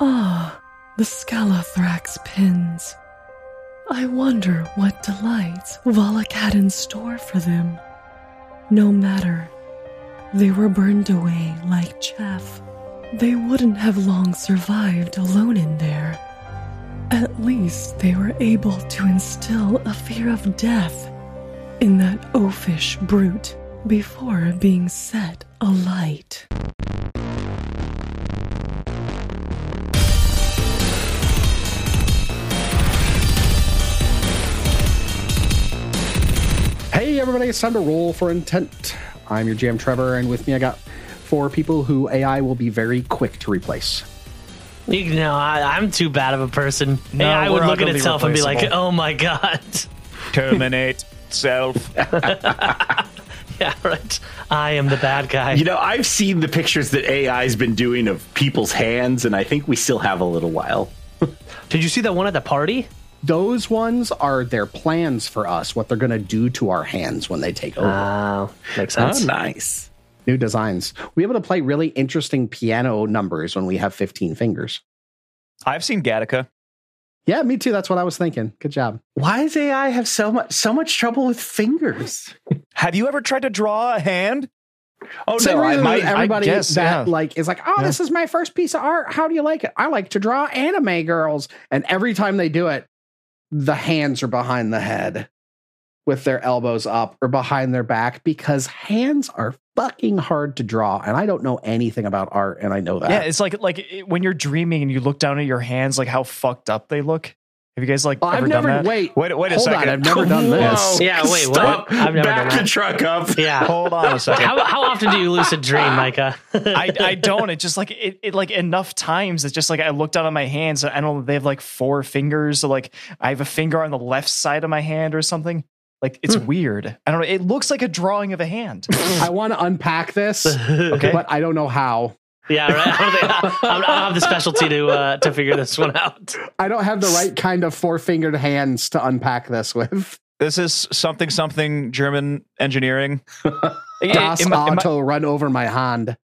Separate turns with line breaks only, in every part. Ah, the Scalathrax pins. I wonder what delights Volok had in store for them. No matter, they were burned away like chaff. They wouldn't have long survived alone in there. At least they were able to instill a fear of death in that oafish brute before being set alight.
Hey, everybody, it's time to roll for intent. I'm your GM Trevor, and with me I got four people who AI will be very quick to replace.
You know, I, I'm too bad of a person. No, AI would
we're
look at
utterly
itself and be like,
replaceable.
"Oh my god."
Terminate self.
yeah, right. I am the bad guy.
You know, I've seen the pictures that AI's been doing of people's hands, and I think we still have a little while.
Did you see that one at the party?
Those ones are their plans for us, what they're going to do to our hands when they take over.
Wow, Oh, makes sense.
nice.
New designs. We're able to play really interesting piano numbers when we have 15 fingers.
I've seen Gattaca.
Yeah, me too. That's what I was thinking. Good job.
Why does AI have so much so much trouble with fingers?
Have you ever tried to draw a hand?
Oh
So
I
really,
might- I
everybody
guess,
that
yeah.
like is like, oh,
Yeah.
this is my first piece of art. How do you like it? I like to draw anime girls, and every time they do it, the hands are behind the head, with their elbows up or behind their back because hands are fucking hard to draw, and I don't know anything about art, and I know that.
Yeah, it's like like it- when you're dreaming and you look down at your hands, like how fucked up they look. Have you guys like
Well,
ever
I've
done
never
that?
wait.
Wait, wait a
hold on,
second.
I've never done this.
Oh, Yeah, wait, what?
Stop.
I've never
Back
done
the
that.
truck up.
Yeah.
Hold on a second.
How, how often do you lucid dream, Micah?
I, I don't. It's just like it, it like enough times. It's just like I look down at my hands. And I don't. know, They have like four fingers. So like I have a finger on the left side of my hand or something. Like it's
Hmm.
weird. I don't know. It looks like a drawing of a hand.
I want to unpack this,
Okay.
but I don't know how.
yeah, right. I don't, think, I, I don't have the specialty to uh, to figure this one out.
I don't have the right kind of four fingered hands to unpack this with.
this is something something German engineering.
Das
am, I- am I-
Auto run over my hand.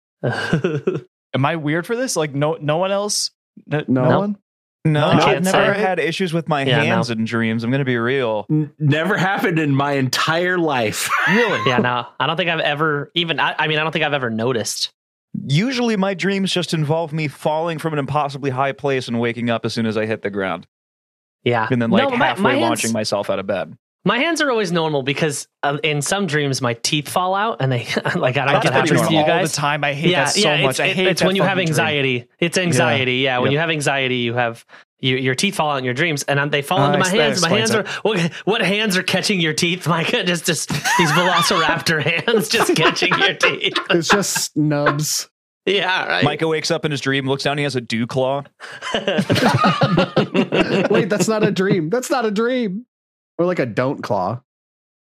am I weird for this? Like no no one else? No,
No.
no one? No,
I
I've
can't
never
say.
had issues with my
Yeah,
hands in dreams. I'm gonna be real.
N- Never happened in my entire life.
Really?
yeah, no, I don't think I've ever even. I, I mean, I don't think I've ever noticed.
Usually my dreams just involve me falling from an impossibly high place and waking up as soon as I hit the ground.
Yeah,
And then like
No, my-
halfway
my hands-
launching myself out of bed.
My hands are always normal because uh, in some dreams my teeth fall out and they like I don't
That's
get
what
happens
happens
to you
all
guys.
the time. I hate that so much.
It's,
I
it-
hate
it's
that
when you have
fucking dream.
anxiety. It's anxiety. Yeah, when
Yep.
you have anxiety, you have you, your teeth fall out in your dreams, and um, they fall
Oh,
into my
that
hands. My
explains
hands are what, what hands are catching your teeth, Micah? Just just these Velociraptor hands just catching your teeth.
It's just snubs.
Yeah, right.
Micah wakes up in his dream, looks down, he has a dew claw.
Wait, that's not a dream. That's not a dream. Or like a don't claw.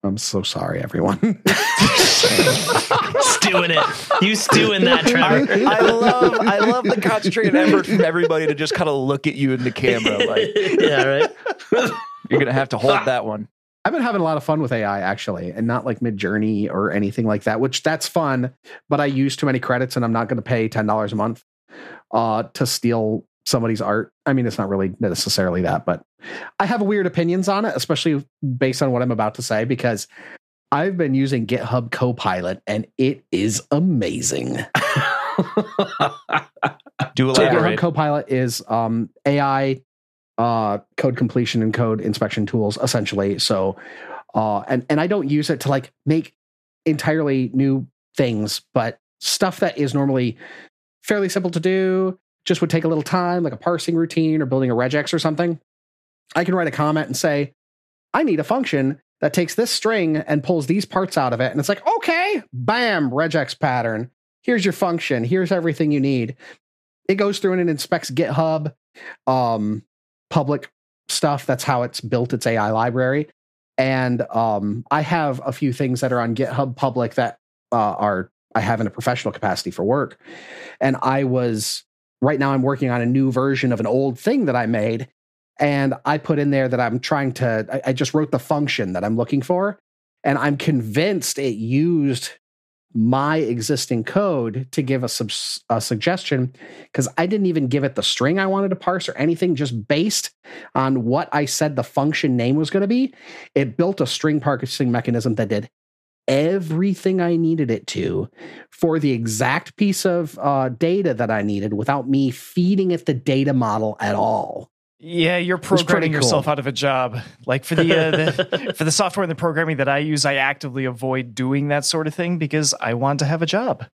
I'm so sorry, everyone.
stewing it. You stewing that, Trevor.
I love I love the concentrated effort from everybody to just kind of look at you in the camera. Like
yeah, right.
you're gonna have to hold that one.
I've been having a lot of fun with AI actually, and not like mid journey or anything like that, which that's fun, but I use too many credits and I'm not gonna pay ten dollars a month uh to steal somebody's art. I mean, it's not really necessarily that, but I have weird opinions on it, especially based on what I'm about to say, because I've been using GitHub Copilot and it is amazing.
Do
So GitHub
elaborate.
Copilot is um, AI uh, code completion and code inspection tools, essentially. So, uh, and and I don't use it to like make entirely new things, but stuff that is normally fairly simple to do just would take a little time, like a parsing routine or building a regex or something. I can write a comment and say, I need a function that takes this string and pulls these parts out of it. And it's like, okay, bam, regex pattern. Here's your function. Here's everything you need. It goes through and it inspects GitHub, um, public stuff. That's how it's built its AI library. And um, I have a few things that are on GitHub public that uh, are I have in a professional capacity for work. And I was right now I'm working on a new version of an old thing that I made and I put in there that I'm trying to, I, I just wrote the function that I'm looking for, and I'm convinced it used my existing code to give a, subs- a suggestion because I didn't even give it the string I wanted to parse or anything, just based on what I said the function name was going to be. It built a string parsing mechanism that did everything I needed it to for the exact piece of uh, data that I needed without me feeding it the data model at all.
Yeah, you're
pretty
programming yourself
cool.
out of a job. Like for the, uh, the for the software and the programming that I use, I actively avoid doing that sort of thing because I want to have a job.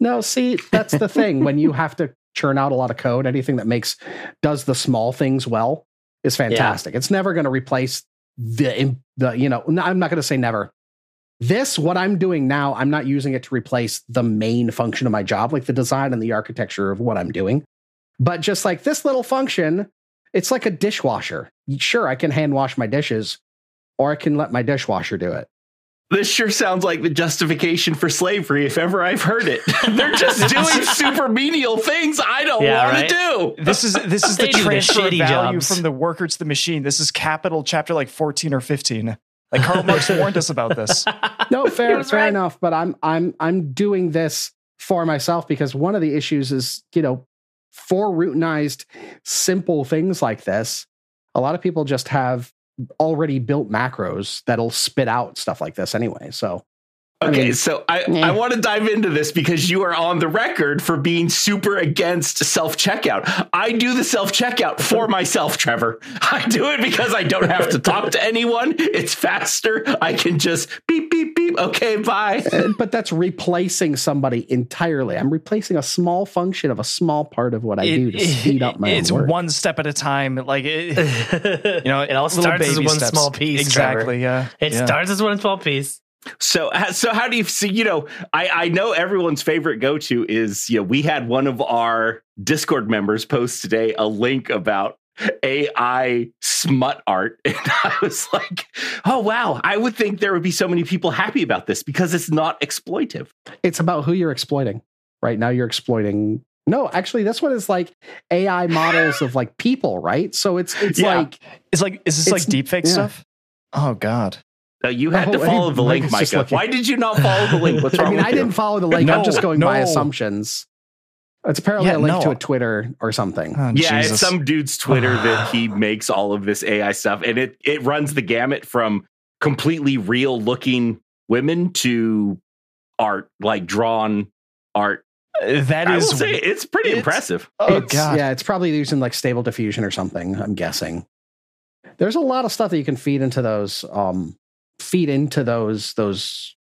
No, see, that's the thing. when you have to churn out a lot of code, anything that makes does the small things well is fantastic. It's never going to replace the the you know. no, I'm not going to say never. This what I'm doing now. I'm not using it to replace the main function of my job, like the design and the architecture of what I'm doing, but just like this little function, it's like a dishwasher. Sure, I can hand wash my dishes, or I can let my dishwasher do it.
This sure sounds like the justification for slavery, if ever I've heard it. They're just doing super menial things I don't
Yeah,
want
right?
to do.
This is this is the
They do the
transfer of
shitty
value
jobs.
from the worker to the machine. This is capital chapter like 14 or 15. Like Karl Marx warned us about this.
no, fair,
was
fair
right.
enough. But I'm I'm I'm doing this for myself because one of the issues is you know for routinized simple things like this, a lot of people just have already built macros that'll spit out stuff like this anyway. So I
Okay,
mean,
so I,
yeah.
I want to dive into this because you are on the record for being super against self checkout. I do the self checkout for myself, Trevor. I do it because I don't have to talk to anyone. It's faster. I can just beep, beep, beep. Okay, bye.
uh, but that's replacing somebody entirely. I'm replacing a small function of a small part of what I
It-
do to speed up my
it's
own work.
one step at a time. Like it, you know,
it all
little
starts as
baby
one
steps.
small piece.
Exactly. Yeah.
Trevor. It
yeah.
starts as one small piece.
So, ha- so how do you see? You know, I I know everyone's favorite go to is you know we had one of our Discord members post today a link about AI smut art, and I was like, oh wow, I would think there would be so many people happy about this because it's not exploitive.
it's about who you're exploiting right now you're exploiting no actually this one is like ai models of like people right so it's it's
Yeah.
like
It's like is this
It's-
like deep fake
yeah.
stuff? Oh god.
Uh, you had
Oh,
to follow
hey,
the
Mike
link,
is just
Micah.
looking.
Why did you not follow the link? What's
i
wrong
mean
with
i
you?
didn't follow the link i'm
No,
just going by
no.
assumptions it's apparently
Yeah,
a link to
no.
a twitter or something
Oh,
Yeah, it's
Jesus.
some dude's Twitter that he makes all of this AI stuff, and it it runs the gamut from completely real looking women to art, like drawn art.
that
I will
is
say it's pretty
it's-
impressive.
Oh
it's,
god.
yeah it's probably using like stable diffusion or something i'm guessing there's a lot of stuff that you can feed into those um feed into those those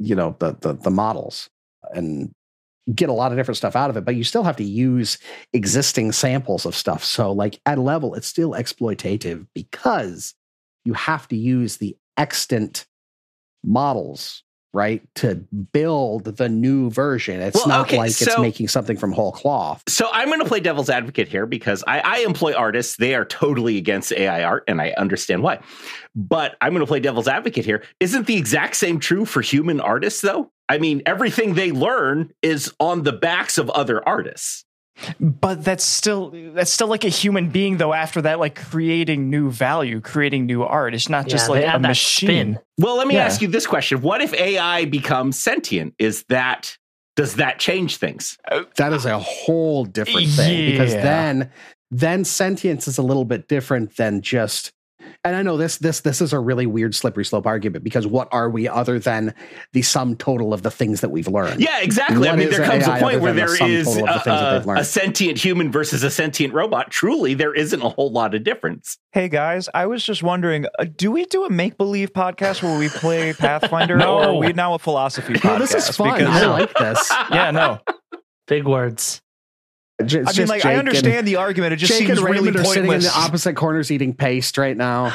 you know the the, the models and get a lot of different stuff out of it but you still have to use existing samples of stuff so like at a level it's still exploitative because you have to use the extant models right to build the new version it's
Well,
not
okay,
like it's
so-
making something from whole cloth
So I'm going to play devil's advocate here because I, I employ artists. They are totally against AI art, and I understand why. But I'm going to play devil's advocate here. Isn't the exact same true for human artists, though? I mean, everything they learn is on the backs of other artists.
But that's still that's still like a human being though. After that, like creating new value, creating new art. It's not just
Yeah,
like
they
a
add that
machine.
spin.
Well, let me
Yeah.
ask you this question: What if AI becomes sentient? Is that does that change things?
that is a whole different thing because
Yeah.
then then sentience is a little bit different than just and i know this this this is a really weird slippery slope argument because what are we other than the sum total of the things that we've learned
Yeah, exactly. I
What
mean,
is
there comes
AI
a point
other
where
than the
there
sum
is
total of the things that
a,
they've
a,
learned?
a sentient human versus a sentient robot. Truly, there isn't a whole lot of difference.
Hey guys, I was just wondering, uh, do we do a make believe podcast where we play Pathfinder,
No.
or are we now a philosophy podcast?
No, this is fun i like this
Yeah, no.
Big words.
J- it's
I mean,
just
like,
Jake
I
and-
understand the argument. It just
Jake and
seems
Raymond
really
are sitting in
pointless.
the opposite corners eating paste right now.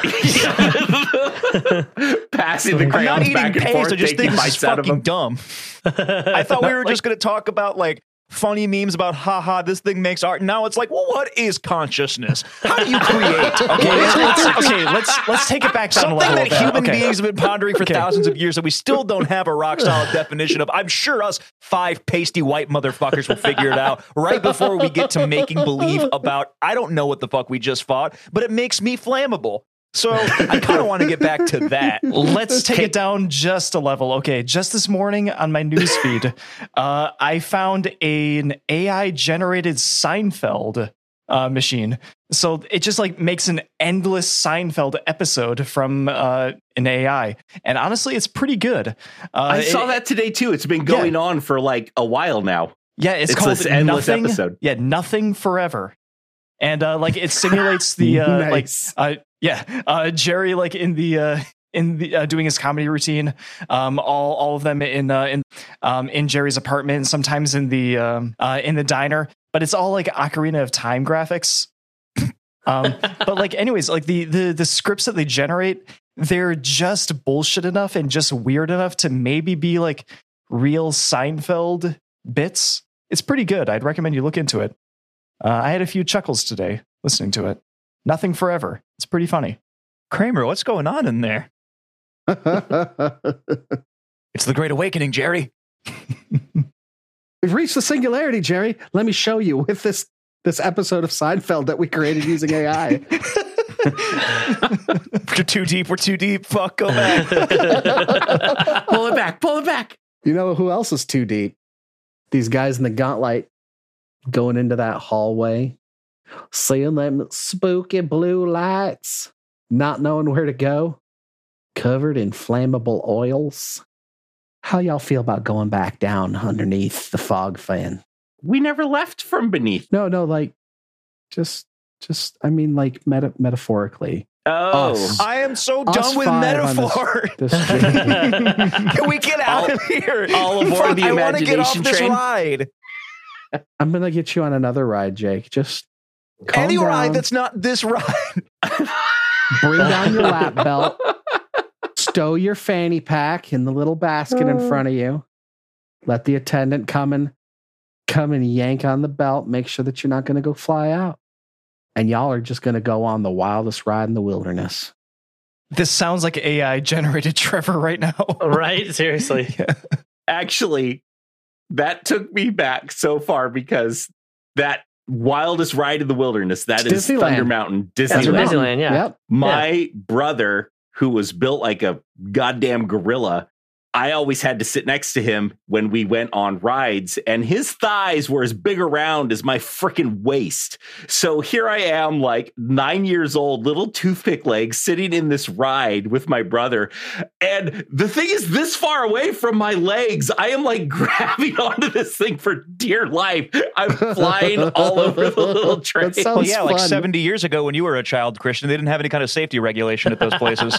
Passing the
I'm not
crayons
eating
back and
paste.
forth,
I just think
taking
this is
bites out of
fucking
them.
dumb. I thought we were just going to talk about like funny memes about haha this thing makes art. Now it's like, well, what is consciousness? How do you create?
Okay, let's, let's- okay, let's let's take it back down a
Something
level.
that
a bit.
human
okay.
beings have been pondering for thousands of years that we still don't have a rock solid definition of. I'm sure us five pasty white motherfuckers will figure it out right before we get to making believe about I don't know what the fuck we just fought, but it makes me flammable. So I kind of want to get back to that.
Let's take it down just a level. Okay, just this morning on my newsfeed, uh, I found an AI generated Seinfeld uh, machine. So it just like makes an endless Seinfeld episode from uh, an AI, and honestly, it's pretty good. Uh,
I
it-
saw that today too. It's been going on for like a while now.
Yeah, it's,
It's
called
this endless
Nothing-
episode.
Yeah, nothing forever, and uh, like it simulates the uh,
Nice.
like uh, yeah uh, Jerry like in the uh, in the uh, doing his comedy routine, um, all all of them in uh, in um, in Jerry's apartment, sometimes in the um, uh, in the diner, but it's all like Ocarina of Time graphics. um, but like anyways, like the the the scripts that they generate, they're just bullshit enough and just weird enough to maybe be like real Seinfeld bits. It's pretty good. I'd recommend you look into it. Uh, I had a few chuckles today listening to it. Nothing forever. It's pretty funny.
Kramer, what's going on in there? It's the Great Awakening, Jerry.
We've reached the singularity, Jerry. Let me show you with this this episode of Seinfeld that we created using AI.
We're too deep. We're too deep. Fuck, go back.
pull it back, pull it back.
you know who else is too deep? These guys in the gauntlet going into that hallway, seeing them spooky blue lights, not knowing where to go, covered in flammable oils. How y'all feel about going back down underneath the fog fan?
We never left from beneath.
No, no, like just just I mean like meta- metaphorically.
Oh,
Us.
I am so
Us
done with
five on this-
metaphor.
This journey.
Can we get out
All-
of here?
all aboard the
I wanna get off
imagination
this
train.
ride.
I'm gonna get you on another ride, Jake. Just calm
Any
down,
ride that's not this ride.
bring down your lap belt, stow your fanny pack in the little basket
Oh.
in front of you. Let the attendant come and come and yank on the belt. Make sure that you're not gonna go fly out, and y'all are just gonna go on the wildest ride in the wilderness.
This sounds like AI generated Trevor right now.
right? Seriously.
actually, that took me back so far because that wildest ride in the wilderness that is
Disneyland.
Thunder Mountain,
That's
Disneyland.
right.
Disneyland, yeah.
Yep.
My brother, who was built like a goddamn gorilla, I always had to sit next to him when we went on rides, and his thighs were as big around as my freaking waist. So here I am, like nine years old, little toothpick leg, sitting in this ride with my brother. And the thing is, this far away from my legs, I am like grabbing onto this thing for dear life. I'm flying all over the little train.
That sounds
Well, yeah, like
fun.
70 years ago when you were a child, Christian, they didn't have any kind of safety regulation at those places.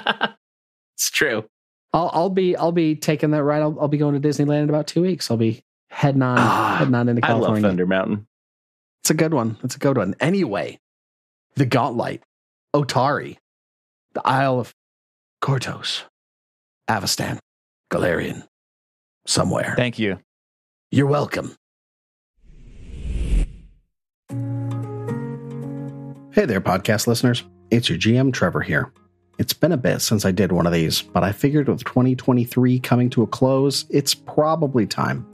It's true.
I'll, I'll be I'll be taking that ride. I'll, I'll be going to Disneyland in about two weeks. I'll be heading on
Ah,
heading on into
I love
California.
Thunder Mountain.
It's a good one. It's a good one. Anyway, the Gauntlet, Otari, the Isle of Kortos, Avastan, Galarian, somewhere.
Thank you.
You're welcome. Hey there, podcast listeners. It's your GM, Trevor, here. It's been a bit since I did one of these, but I figured with 2023 coming to a close, it's probably time.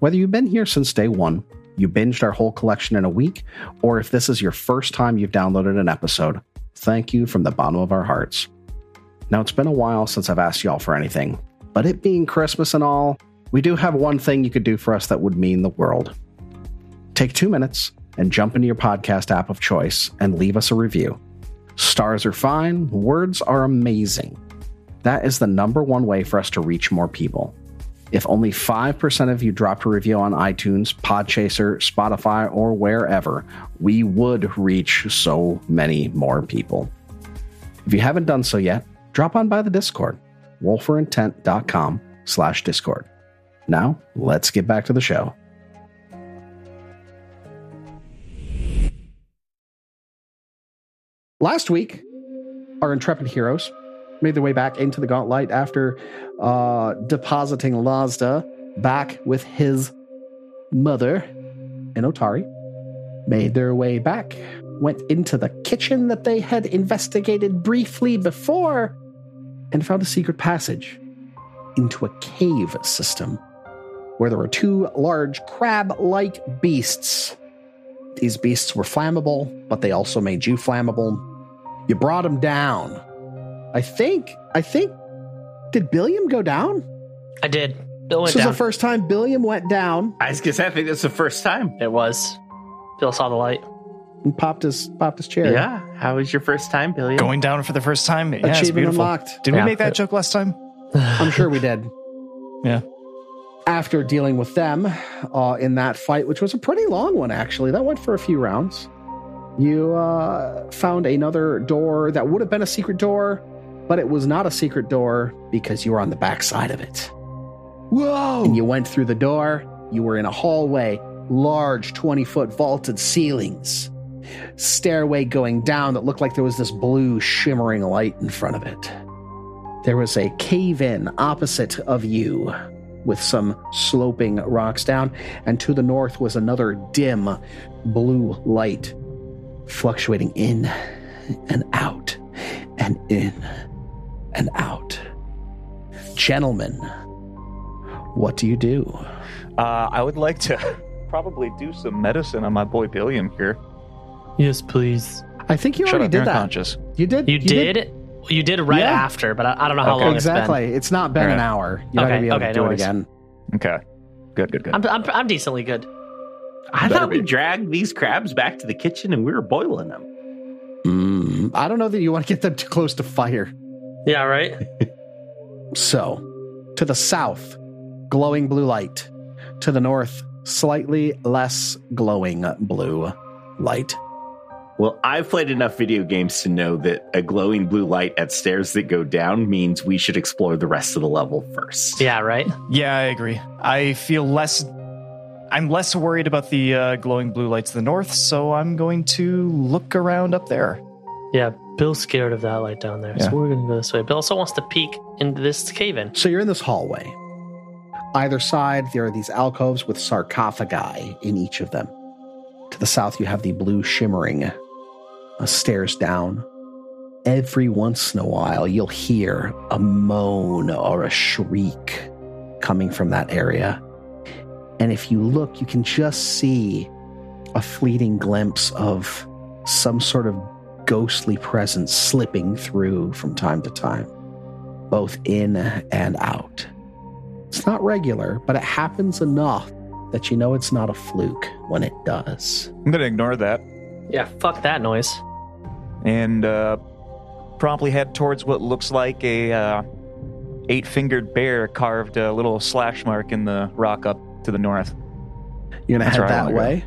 Whether you've been here since day one, you binged our whole collection in a week, or if this is your first time you've downloaded an episode, thank you from the bottom of our hearts. Now, it's been a while since I've asked y'all for anything, but it being Christmas and all, we do have one thing you could do for us that would mean the world. Take two minutes and jump into your podcast app of choice and leave us a review. Stars are fine, words are amazing. That is the number one way for us to reach more people. If only 5% of you dropped a review on iTunes, Podchaser, Spotify, or wherever, we would reach so many more people. If you haven't done so yet, drop on by the Discord, wolferintent.com slash Discord. Now, let's get back to the show. Last week, our intrepid heroes made their way back into the Gauntlet after uh, depositing Lazda back with his mother and Otari. Made their way back went into the kitchen that they had investigated briefly before and found a secret passage into a cave system where there were two large crab like beasts. These beasts were flammable, but they also made you flammable. You brought him down. I think. I think. Did Billiam go down?
I did. Bill went
this
down.
was the first time Billiam went down
I was gonna say, I think that's the first time.
it was. Bill saw the light.
and popped his popped his chair.
Yeah. How was your first time, Billy?
Going down for the first time. Yeah, it's
Achievement
beautiful.
unlocked.
Did
Yeah.
we make that joke last time?
I'm sure we did.
Yeah.
After dealing with them uh, in that fight, which was a pretty long one, actually, that went for a few rounds, you uh, found another door that would have been a secret door, but it was not a secret door because you were on the backside of it.
Whoa!
And you went through the door, you were in a hallway, large 20 foot vaulted ceilings, stairway going down that looked like there was this blue shimmering light in front of it. There was a cave in opposite of you with some sloping rocks down, and to the north was another dim blue light fluctuating in and out and in and out. Gentlemen, what do you do?
Uh, I would like to probably do some medicine on my boy Billiam here.
Yes, please.
I think you
Shut
already
up, you're
did that.
unconscious.
You did.
You, did? You did right
Yeah.
after, but I, I don't know how
Okay.
long
exactly. It's, not been an
Alright.
hour. You're not
Okay,
gonna be able
okay,
to do
no
it
worries.
again.
Okay. Good, good, good.
it's been. I'm, I'm, I'm decently good.
I
Better
thought we
be.
dragged these crabs back to the kitchen and we were boiling them.
Mm, I don't know that you want to get them too close to fire.
Yeah, right?
So, to the south, glowing blue light. To the north, slightly less glowing blue light.
Well, I've played enough video games to know that a glowing blue light at stairs that go down means we should explore the rest of the level first.
Yeah, right?
Yeah, I agree. I feel less. I'm less worried about the uh, glowing blue lights to the north, so I'm going to look around up there.
Yeah, Bill's scared of that light down there,
Yeah.
so we're going to go this way. Bill also wants to peek into this cave in.
So you're in this hallway. Either side, there are these alcoves with sarcophagi in each of them. To the south, you have the blue shimmering uh, stairs down. Every once in a while, you'll hear a moan or a shriek coming from that area. And if you look, you can just see a fleeting glimpse of some sort of ghostly presence slipping through from time to time both in and out. It's not regular, but it happens enough that you know it's not a fluke when it does.
I'm going to ignore that
Yeah, fuck that noise.
and uh, promptly head towards what looks like a uh, eight fingered bear carved a little slash mark in the rock up to the north.
You're gonna
That's
head
right, I
that
wanna go.
way.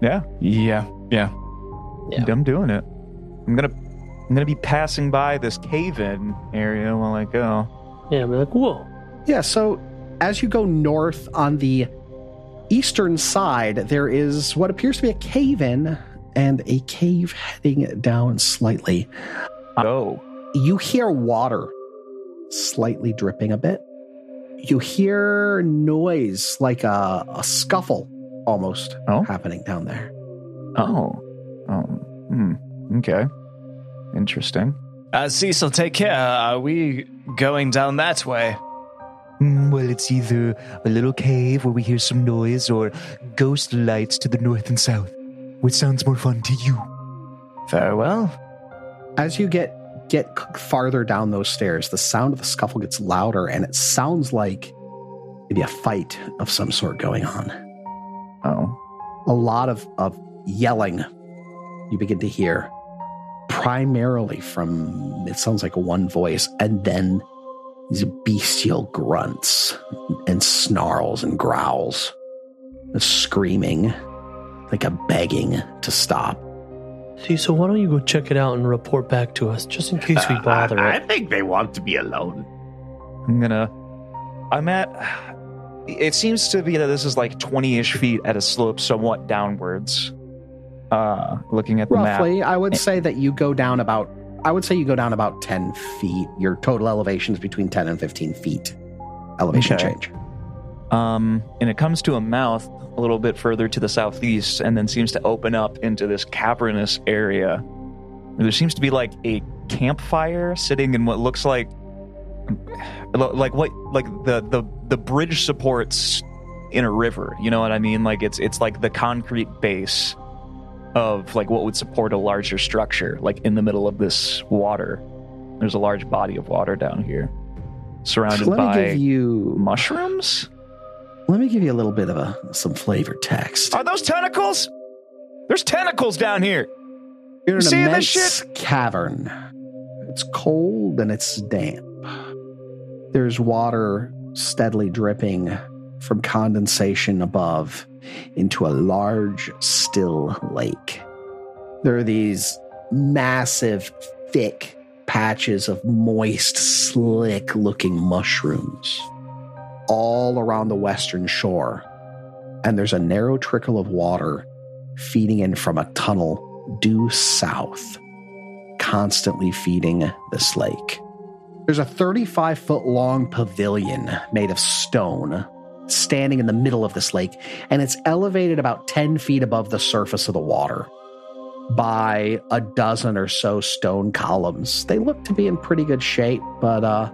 Yeah,
Yeah, yeah.
Yeah.
I'm doing it. I'm going to. I'm gonna be passing by this cave-in area while I go.
Yeah, we're like, whoa.
Yeah, so as you go north on the eastern side, there is what appears to be a cave in and a cave heading down slightly.
Oh,
You hear water slightly dripping a bit. You hear noise like a, a scuffle almost
Oh.
happening down there.
oh, oh. Hmm. Okay. Interesting.
Uh, Cecil, take care. Are we going down that way?
Mm, well, it's either a little cave where we hear some noise or ghost lights to the north and south. Which sounds more fun to you?
Very well.
as you get get c- farther down those stairs the sound of the scuffle gets louder and it sounds like maybe a fight of some sort going on
Oh.
a lot of of yelling you begin to hear primarily from it sounds like one voice and then these bestial grunts and snarls and growls screaming like a begging to stop
See, so why don't you go check it out and report back to us, just in case we
Uh,
bother
I, I
it.
think they want to be alone.
I'm gonna. I'm at. It seems to be that this is like 20 ish feet at a slope somewhat downwards. Uh, looking at the map.
roughly i would say that you go down about i would say you go down about 10 feet your total elevation is between 10 and 15 feet elevation
Okay.
change
Um, and it comes to a mouth a little bit further to the southeast and then seems to open up into this cavernous area. There seems to be like a campfire sitting in what looks like like what like the the the bridge supports in a river, you know what I mean? Like it's it's like the concrete base of like what would support a larger structure, like in the middle of this water. There's a large body of water down here, surrounded
So let me
by
give you
mushrooms.
let me give you a little bit of a some flavor text.
Are those tentacles? There's tentacles down here.
You're in an
seeing
immense
this
cavern. It's cold and it's damp. There's water steadily dripping from condensation above into a large, still lake. There are these massive, thick patches of moist, slick looking mushrooms all around the western shore. And there's a narrow trickle of water feeding in from a tunnel due south, constantly feeding this lake. There's a 35 foot long pavilion made of stone standing in the middle of this lake, and it's elevated about 10 feet above the surface of the water by a dozen or so stone columns. They look to be in pretty good shape, but uh,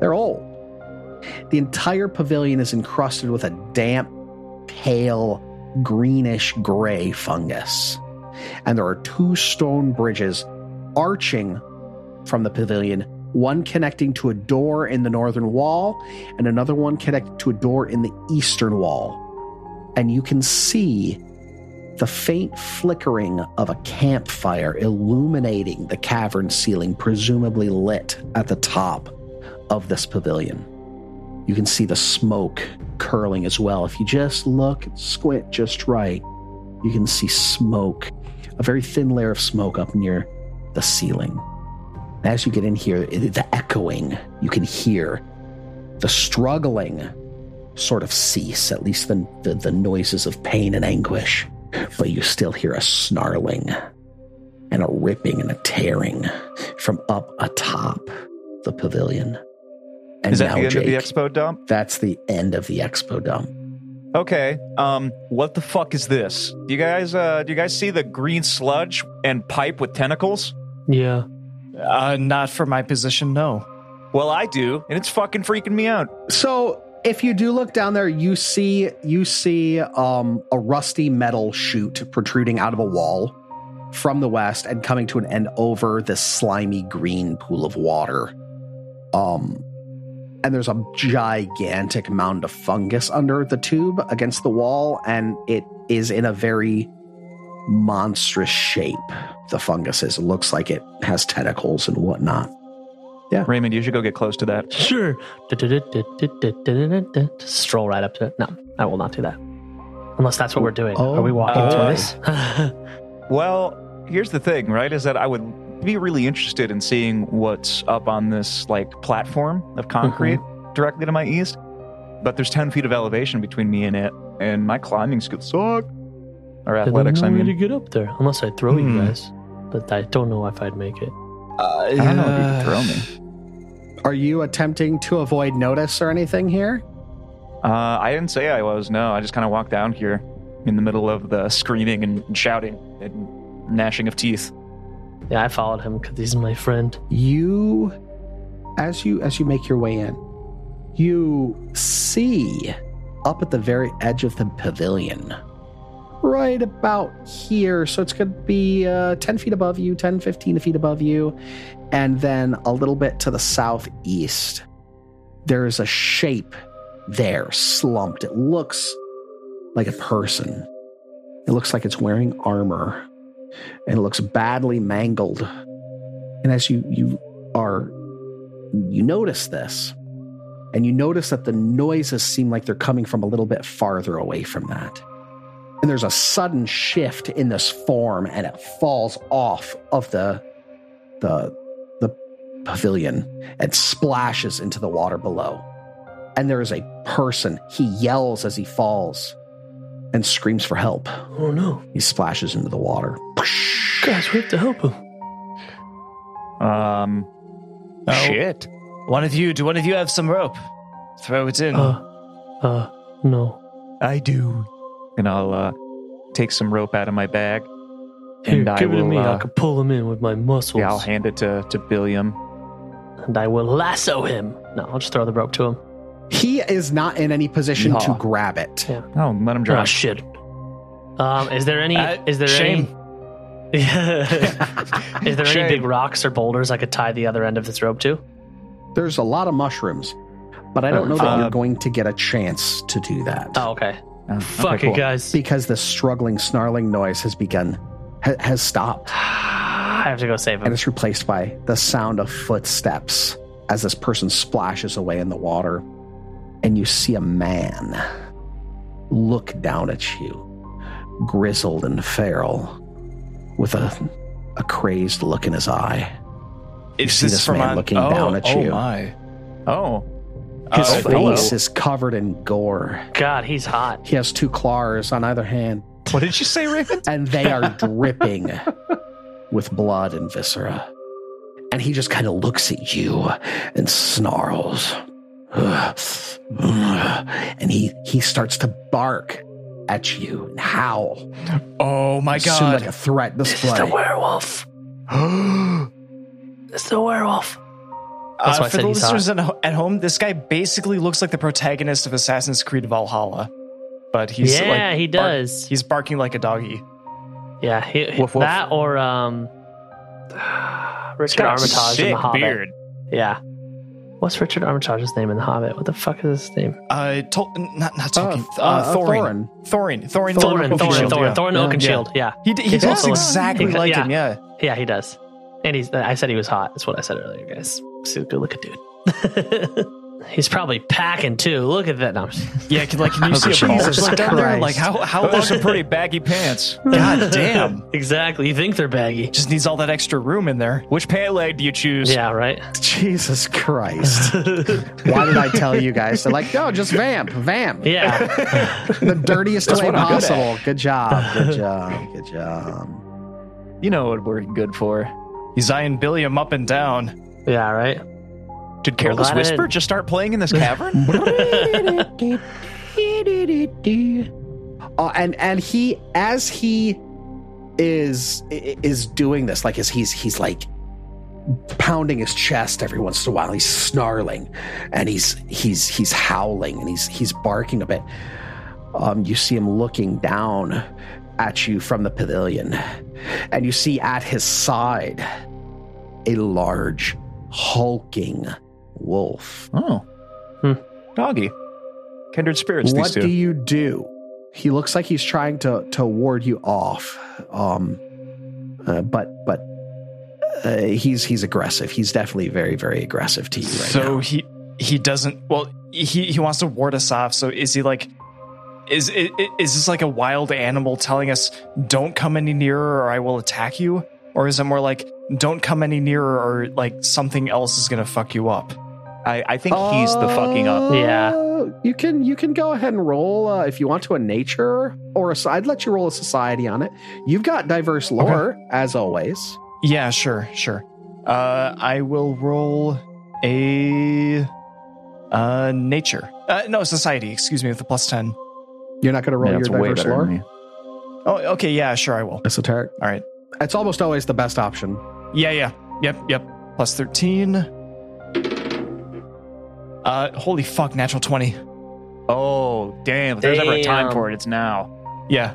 they're old. The entire pavilion is encrusted with a damp, pale, greenish gray fungus and there are two stone bridges arching from the pavilion, one connecting to a door in the northern wall, and another one connected to a door in the eastern wall. And you can see the faint flickering of a campfire illuminating the cavern ceiling, presumably lit at the top of this pavilion. You can see the smoke curling as well. If you just look, squint just right, you can see smoke a very thin layer of smoke up near the ceiling. As you get in here, it- the echoing, you can hear the struggling sort of cease, at least the, the, the noises of pain and anguish. But you still hear a snarling and a ripping and a tearing from up atop the pavilion. And
Is that
now,
the end
Jake,
of the expo dump?
that's the end of the expo dump.
Okay. Um, what the fuck is this? Do you guys uh do you guys see the green sludge and pipe with tentacles?
Yeah.
Uh, not for my position, no.
Well, I do, and it's fucking freaking me out.
So if you do look down there, you see you see um, a rusty metal chute protruding out of a wall from the west and coming to an end over this slimy green pool of water. Um, and there's a gigantic mound of fungus under the tube against the wall, and it is in a very monstrous shape. The fungus is. It looks like it has tentacles and whatnot.
Raymond, you should go get close to that.
Sure. Stroll right up to it. No, I will not do that. Unless that's what we're doing.
Oh.
Are we walking
Oh.
through this?
Well, here's the thing, right? Is that I would be really interested in seeing what's up on this like platform of concrete directly to my east. But there's ten feet of elevation between me and it, and my climbing skills suck. Or
I don't know
athletics, I
how to
mean.
get up there unless I throw
Hmm.
you guys. But I don't know if I'd make it.
I don't know if you can throw me.
Are you attempting to avoid notice or anything here?
Uh, I didn't say I was. No, I just kind of walked down here in the middle of the screaming and shouting and gnashing of teeth.
Yeah, I followed him because he's my friend.
you as you as you make your way in you see up at the very edge of the pavilion right about here so it's going to be uh, 10 feet above you 10 15 feet above you and then a little bit to the southeast there is a shape there slumped it looks like a person it looks like it's wearing armor and it looks badly mangled and as you you are you notice this and you notice that the noises seem like they're coming from a little bit farther away from that and there's a sudden shift in this form and it falls off of the the the pavilion and splashes into the water below and there is a person he yells as he falls and screams for help
Oh no.
he splashes into the water
Guys, we have to help him.
Um,
Oh.
shit.
One of you, do one of you have some rope? Throw it in.
Uh, uh, no.
I do. And I'll uh, take some rope out of my bag.
Here,
And I
give it to
will,
me.
uh,
I can pull him in with my muscles.
Yeah, I'll hand it to, to Billiam.
and I will lasso him. No, I'll just throw the rope to him.
he is not in any position to
Yeehaw.
grab it
Yeah.
Ah,
Oh, let him
Oh
drop.
shit. Um, is there any?
Uh,
is there
shame.
any? is there
Shame.
any big rocks or boulders I could tie the other end of this rope to?
There's a lot of mushrooms, but I don't know that
Uh,
you're going to get a chance to do that.
Oh, okay.
Oh, okay,
Fuck
cool.
it, guys.
Because the struggling, snarling noise has begun, ha- has stopped,
I have to go save
and
him.
it's replaced by the sound of footsteps as this person splashes away in the water. And you see a man look down at you, grizzled and feral, with a, a crazed look in his eye.
Is
see this
from
man
on-
looking
oh,
down at
oh
you.
my.
Oh,
His
Oh,
face
hello.
is covered in gore.
God, he's hot.
He has two claws on either hand,
what did you say, Raven?
and they are dripping with blood and viscera. And he just kind of looks at you and snarls. And he, he starts to bark at you and howl.
Oh my
Soon like
god.
a threat this
It's the
way.
werewolf. it's the werewolf. That's why
Uh,
I
for
said
the
he's hot.
listeners at ho- at home, this guy basically looks like the protagonist of Assassin's Creed Valhalla, but he's like
yeah, he
bark-
does.
he's barking like a doggy.
yeah, he, he-
Woof, woof.
that or um, Richard Armitage in the Hobbit. Yeah. What's Richard Armitage's name in the Hobbit? What the fuck is his name?
Uh, Tol- not not Tolkien. Uh,
uh,
Thorin.
Thorin.
Thorin. Thorin.
Thorin, Thorin, Thorin,
Oakenshield,
Thorin,
yeah.
Oakenshield. Yeah.
He, d- he
He's
looks
also-
exactly
he's-
like
yeah.
him. Yeah.
Yeah, he does. And he's, I said he was hot. That's what I said earlier, guys. He's a good looking dude. he's probably packing too. Look at that. No, I'm just-
Yeah. Can, like, can you see a ball
Oh, Jesus
like, down there?
Christ.
Like, how how
Those
long?
are pretty baggy pants.
God damn.
exactly. You think they're baggy.
Just needs all that extra room in there.
Which pant leg do you choose?
Yeah, right?
Jesus Christ. Why did I tell you guys? They're like, no, just vamp, vamp.
Yeah.
the dirtiest way
what I'm good
possible. Good, job. Good job. Good job.
You know what we're good for.
He's eyeing Billy him up and down.
yeah, right?
Did Careless
glad I
Whisper
didn't.
just start playing in this cavern?
Uh, and and he as he is i- is doing this, like as he's he's like pounding his chest every once in a while. He's snarling and he's he's he's howling and he's he's barking a bit. Um, you see him looking down at you from the pavilion, and you see at his side a large hulking wolf.
oh.
Hmm.
Doggy. Kindred spirits,
what
these two.
do you do? He looks like he's trying to to ward you off, um, uh, but but uh, he's he's aggressive. He's definitely very very aggressive to you right
so
now.
he he doesn't. Well, he he wants to ward us off. So is he like? Is i- i- is this like a wild animal telling us don't come any nearer or I will attack you? Or is it more like don't come any nearer or like something else is gonna fuck you up?
I, I think he's the fucking up.
Uh,
Yeah.
you can you can go ahead and roll uh, if you want to a nature or a, so- I'd let you roll a society on it. You've got diverse lore as always.
Yeah, sure, sure.
Oh.
Uh, I will roll a uh nature. Uh, no, society. Excuse me, with a plus ten.
You're not going to roll
Yeah,
your
it's way
diverse
better than
lore.
me.
Oh, okay. Yeah, sure. I will.
Esoteric.
All right.
It's almost always the best option.
Yeah, yeah. Yep, yep. Plus 13. Uh, holy fuck, natural 20.
Oh, damn. If there's ever a time
Damn.
for it, it's now.
Yeah.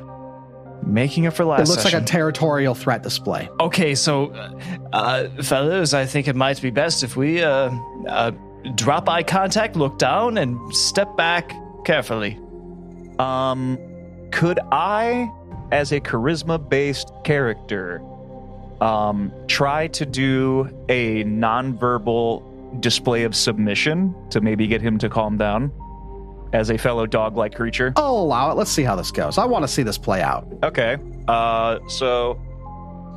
Making it for last.
It looks like a
session.
territorial threat display.
okay, so, uh, fellas, I think it might be best if we, uh, uh, drop eye contact, look down, and step back carefully.
Um, could I, as a charisma based character, um, try to do a nonverbal display of submission to maybe get him to calm down as a fellow dog like creature?
I'll allow it. Let's see how this goes. I want to see this play out.
Okay. Uh, so,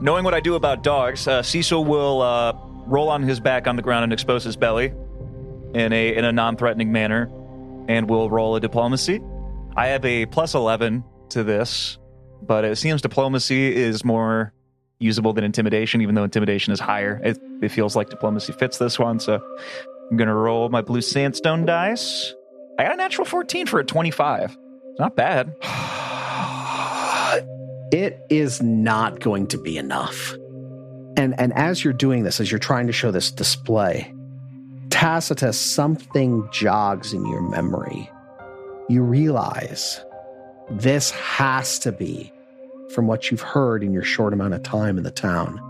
knowing what I do about dogs, uh, Cecil will uh, roll on his back on the ground and expose his belly in a in a non-threatening manner, and will roll a diplomacy. I have a plus eleven to this, but it seems diplomacy is more usable than intimidation, even though intimidation is higher. It, it feels like diplomacy fits this one, so I'm gonna roll my blue sandstone dice. I got a natural fourteen for a twenty-five. Not bad.
It is not going to be enough. And and as you're doing this, as you're trying to show this display, Tacitus, something jogs in your memory. You realize this has to be from what you've heard in your short amount of time in the town,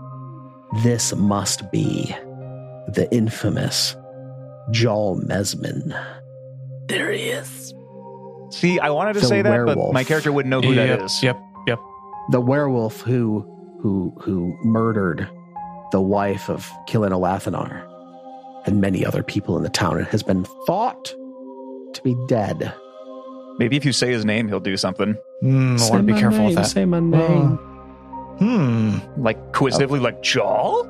this must be the infamous Jal Mesmin.
There he is.
See, I wanted to
The
say that,
werewolf.
but my character wouldn't know who
yep,
that is.
Yep.
the werewolf who who who murdered the wife of Kilin Olathanar and many other people in the town and has been thought to be dead.
Maybe if you say his name, he'll do something
Hmm,
Mm, I want to be careful with that. Ah.
Say my name.
name. Hmm.
like coincidentally, like Jaw.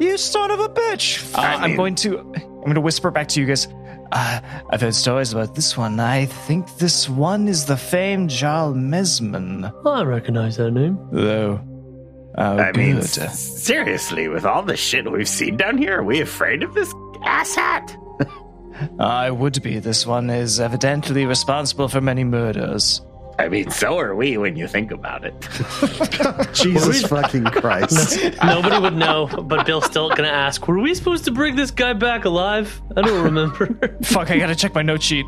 you son of a bitch!
Uh,
I
I'm
mean,
going to I'm going to whisper back to you guys. Uh, I've heard stories about this one. I think this one is the famed Jarl Mesman.
I recognize that name.
Though, oh,
I mean,
good.
s- seriously, with all the shit we've seen down here, are we afraid of this asshat?
I would be. This one is evidently responsible for many murders.
I mean, so are we when you think about it.
Jesus fucking Christ.
Nobody would know, but Bill's still gonna ask, were we supposed to bring this guy back alive? I don't remember.
Fuck! I gotta check my note sheet.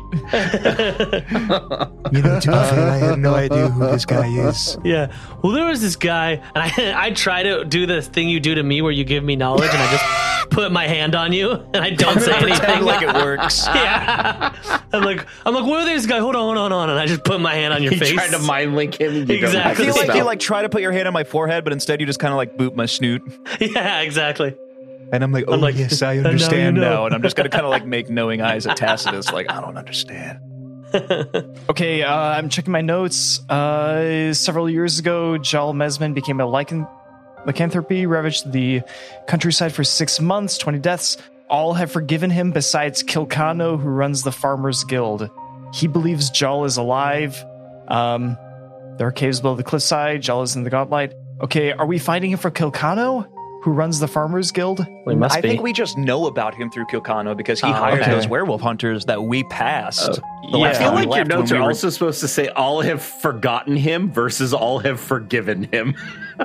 You know, to be fair, I have no idea who this guy is.
yeah. Well there was this guy and I I try to do this thing you do to me where you give me knowledge and I just put my hand on you and I don't say anything.
pretend like it works.
yeah. I'm like I'm like, where is this guy? Hold on, hold on, hold on. And I just put my hand on your
You
face.
tried to mind link him. You don't
I
have the
feel like
spell.
you like try to put your hand on my forehead, but instead you just kind of like boot my snoot,
yeah, exactly.
and I'm like, oh
like,
yes,
now
I
you
understand
know."
now, and I'm just gonna kind of like make knowing eyes at Tacitus, like I don't understand.
Okay, uh, I'm checking my notes. Uh, several years ago, Jal Mesmin became a lycan- lycanthropy, ravaged the countryside for six months, 20 deaths. All have forgiven him besides Kilcano, who runs the Farmers Guild. He believes Jal is alive. Um, there are caves below the cliffside. Jal is in the godlight. Okay, are we finding him for Kilcano, who runs the Farmers Guild?
We must
Mm, I
be.
think we just know about him through Kilcano because he
Oh,
hires
okay.
those werewolf hunters that we passed. the
I
last
feel
time we
like your
left when
notes
we
are
were-
also supposed to say all have forgotten him versus all have forgiven him.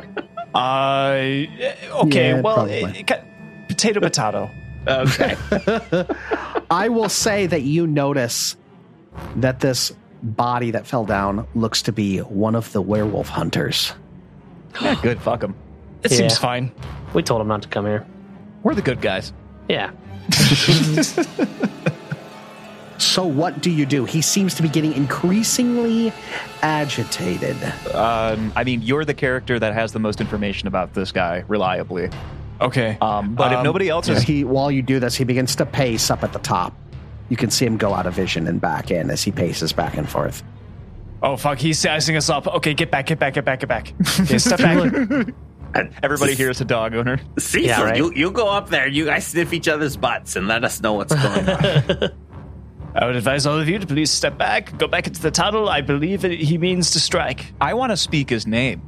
Uh, eh, okay,
Yeah,
well,
probably.
eh, ca- potato, potato.
Okay.
I will say that you notice that this body that fell down looks to be one of the werewolf hunters.
Yeah, good. Fuck them.
It
Yeah.
seems fine.
we told him not to come here.
We're the good guys.
Yeah.
So what do you do? He seems to be getting increasingly agitated.
Um, I mean, you're the character that has the most information about this guy reliably.
Okay.
Um, but if
Um,
nobody else
So
is,
he, while you do this, he begins to pace up at the top. You can see him go out of vision and back in as he paces back and forth.
Oh fuck, he's sizing us up. Okay, get back, get back, get back, get back. Okay, step back.
everybody here is a dog owner.
Cecil,
Yeah, right.
you, you go up there, you guys sniff each other's butts and let us know what's going on.
I would advise all of you to please step back, go back into the tunnel. I believe it, he means to strike.
I want to speak his name,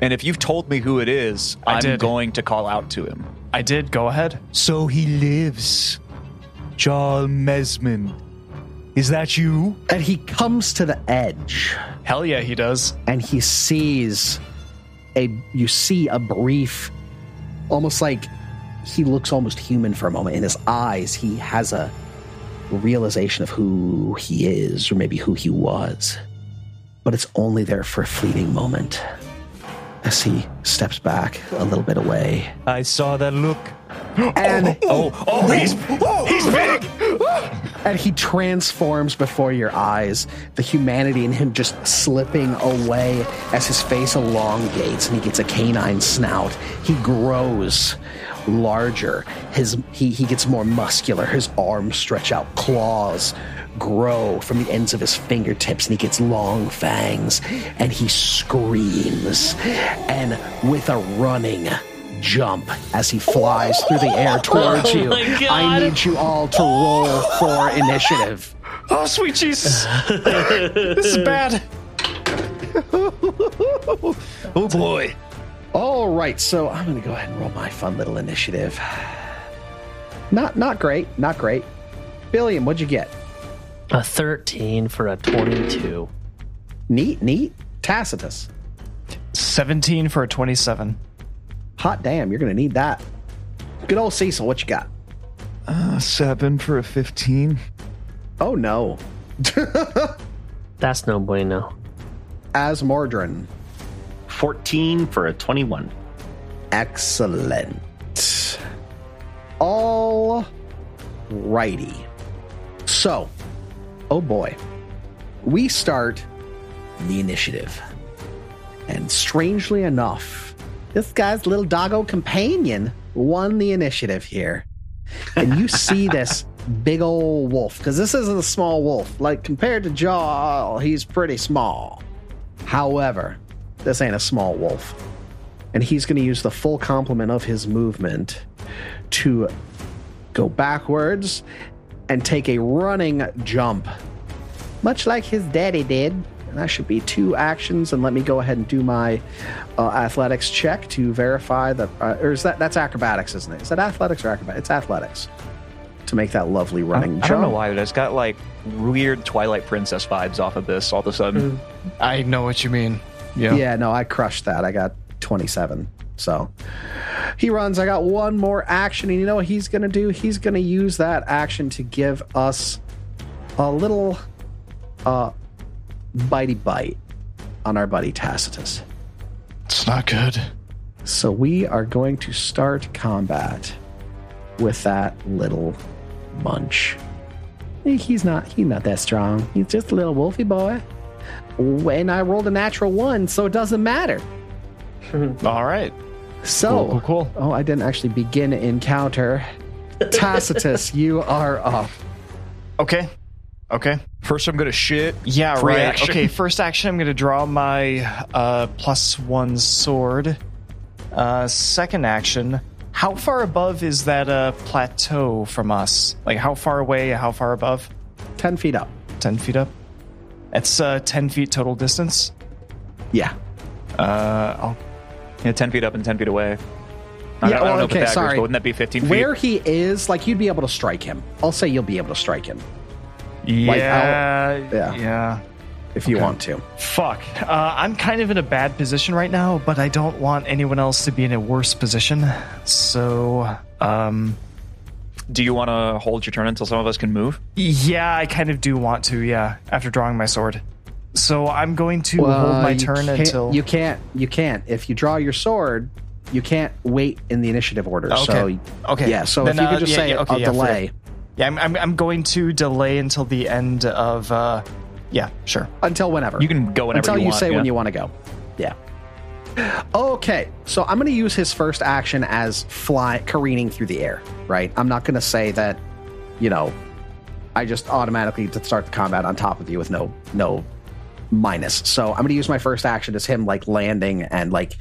and if you've told me who it is,
I
I'm
did.
going to call out to him.
I did, go ahead.
So he lives, Jarl Mesmin. Is that you?
And he comes to the edge
Hell yeah, he does.
and he sees a you see a brief almost like he looks almost human for a moment in his eyes he has a realization of who he is or maybe who he was but it's only there for a fleeting moment as he steps back a little bit away
I saw that look.
and
Oh, oh, he's he's big.
and he transforms before your eyes the humanity in him just slipping away as his face elongates and he gets a canine snout he grows larger his he, he gets more muscular his arms stretch out claws grow from the ends of his fingertips and he gets long fangs and he screams and with a running jump as he flies through the air towards
Oh
you
my God.
i need you all to roll for initiative.
Oh sweet Jesus. this is bad.
Oh boy.
All right, so I'm going to go ahead and roll my fun little initiative. Not not great, not great. Billiam, what'd you get?
A 13 for a 22.
Neat, neat. Tacitus.
17 for a 27.
Hot damn, you're going to need that. Good old Cecil, what you got?
A seven for a fifteen.
Oh no.
That's no bueno.
As Mordrin.
14 for a 21.
Excellent. All righty. So, oh boy, we start the initiative. And strangely enough, this guy's little doggo companion won the initiative here. And you see this big old wolf, because this isn't a small wolf. Like, compared to Jaw, he's pretty small. However, this ain't a small wolf and he's going to use the full complement of his movement to go backwards and take a running jump, much like his daddy did. And that should be two actions. And let me go ahead and do my uh, athletics check to verify that. Uh, or is that that's acrobatics, isn't it? Is that athletics or acrobatics? It's athletics to make that lovely
I,
running jump.
I don't know why, but it's got like weird Twilight Princess vibes off of this all of a sudden.
I know what you mean. Yeah.
Yeah, no, I crushed that. I got 27. So he runs. I got one more action. And you know what he's going to do? He's going to use that action to give us a little uh, bitey bite on our buddy Tacitus.
It's not good.
So we are going to start combat with that little munch. He's not he's not that strong. He's just a little wolfy boy. And I rolled a natural one, so it doesn't matter.
All right.
So
Cool, cool, cool.
Oh, I didn't actually begin encounter. Tacitus, you are up.
Okay. Okay.
First, I'm gonna shit.
Yeah,
Free
right.
action.
Okay, first action, I'm going to draw my uh, plus one sword. Uh, second action, how far above is that uh, plateau from us? Like, how far away, how far above?
Ten feet up.
10 feet up? That's uh, 10 feet total distance. Uh,
Yeah.
Yeah, ten feet up and ten feet away. I
Yeah,
don't,
well,
I don't know
okay,
Pythagoras,
sorry.
but wouldn't that be fifteen feet?
Where he is, like you'd be able to strike him. I'll say you'll be able to strike him
Yeah.
yeah.
Yeah.
if you want to.
Fuck. Uh, I'm kind of in a bad position right now, but I don't want anyone else to be in a worse position. So, um,
Do you want to hold your turn until some of us can move?
yeah, I kind of do want to, yeah, after drawing my sword. So I'm going to hold
Uh,
my
you
turn
can't-
until.
you can't. You can't. If you draw your sword, you can't wait in the initiative order.
Oh, Okay.
So
Okay.
Yeah. So
Then,
if you
uh,
could just
yeah,
say
yeah, okay,
a
yeah, fair.
delay
yeah, I'm, I'm, I'm going to delay until the end of. Uh, yeah, sure.
until whenever
You can go whenever
until
you,
you,
want.
say
yeah.
when you want to go. Yeah. Okay, so I'm going to use his first action as fly careening through the air. Right, I'm not going to say that, you know, I just automatically to start the combat on top of you with no no minus. So I'm going to use my first action as him like landing and like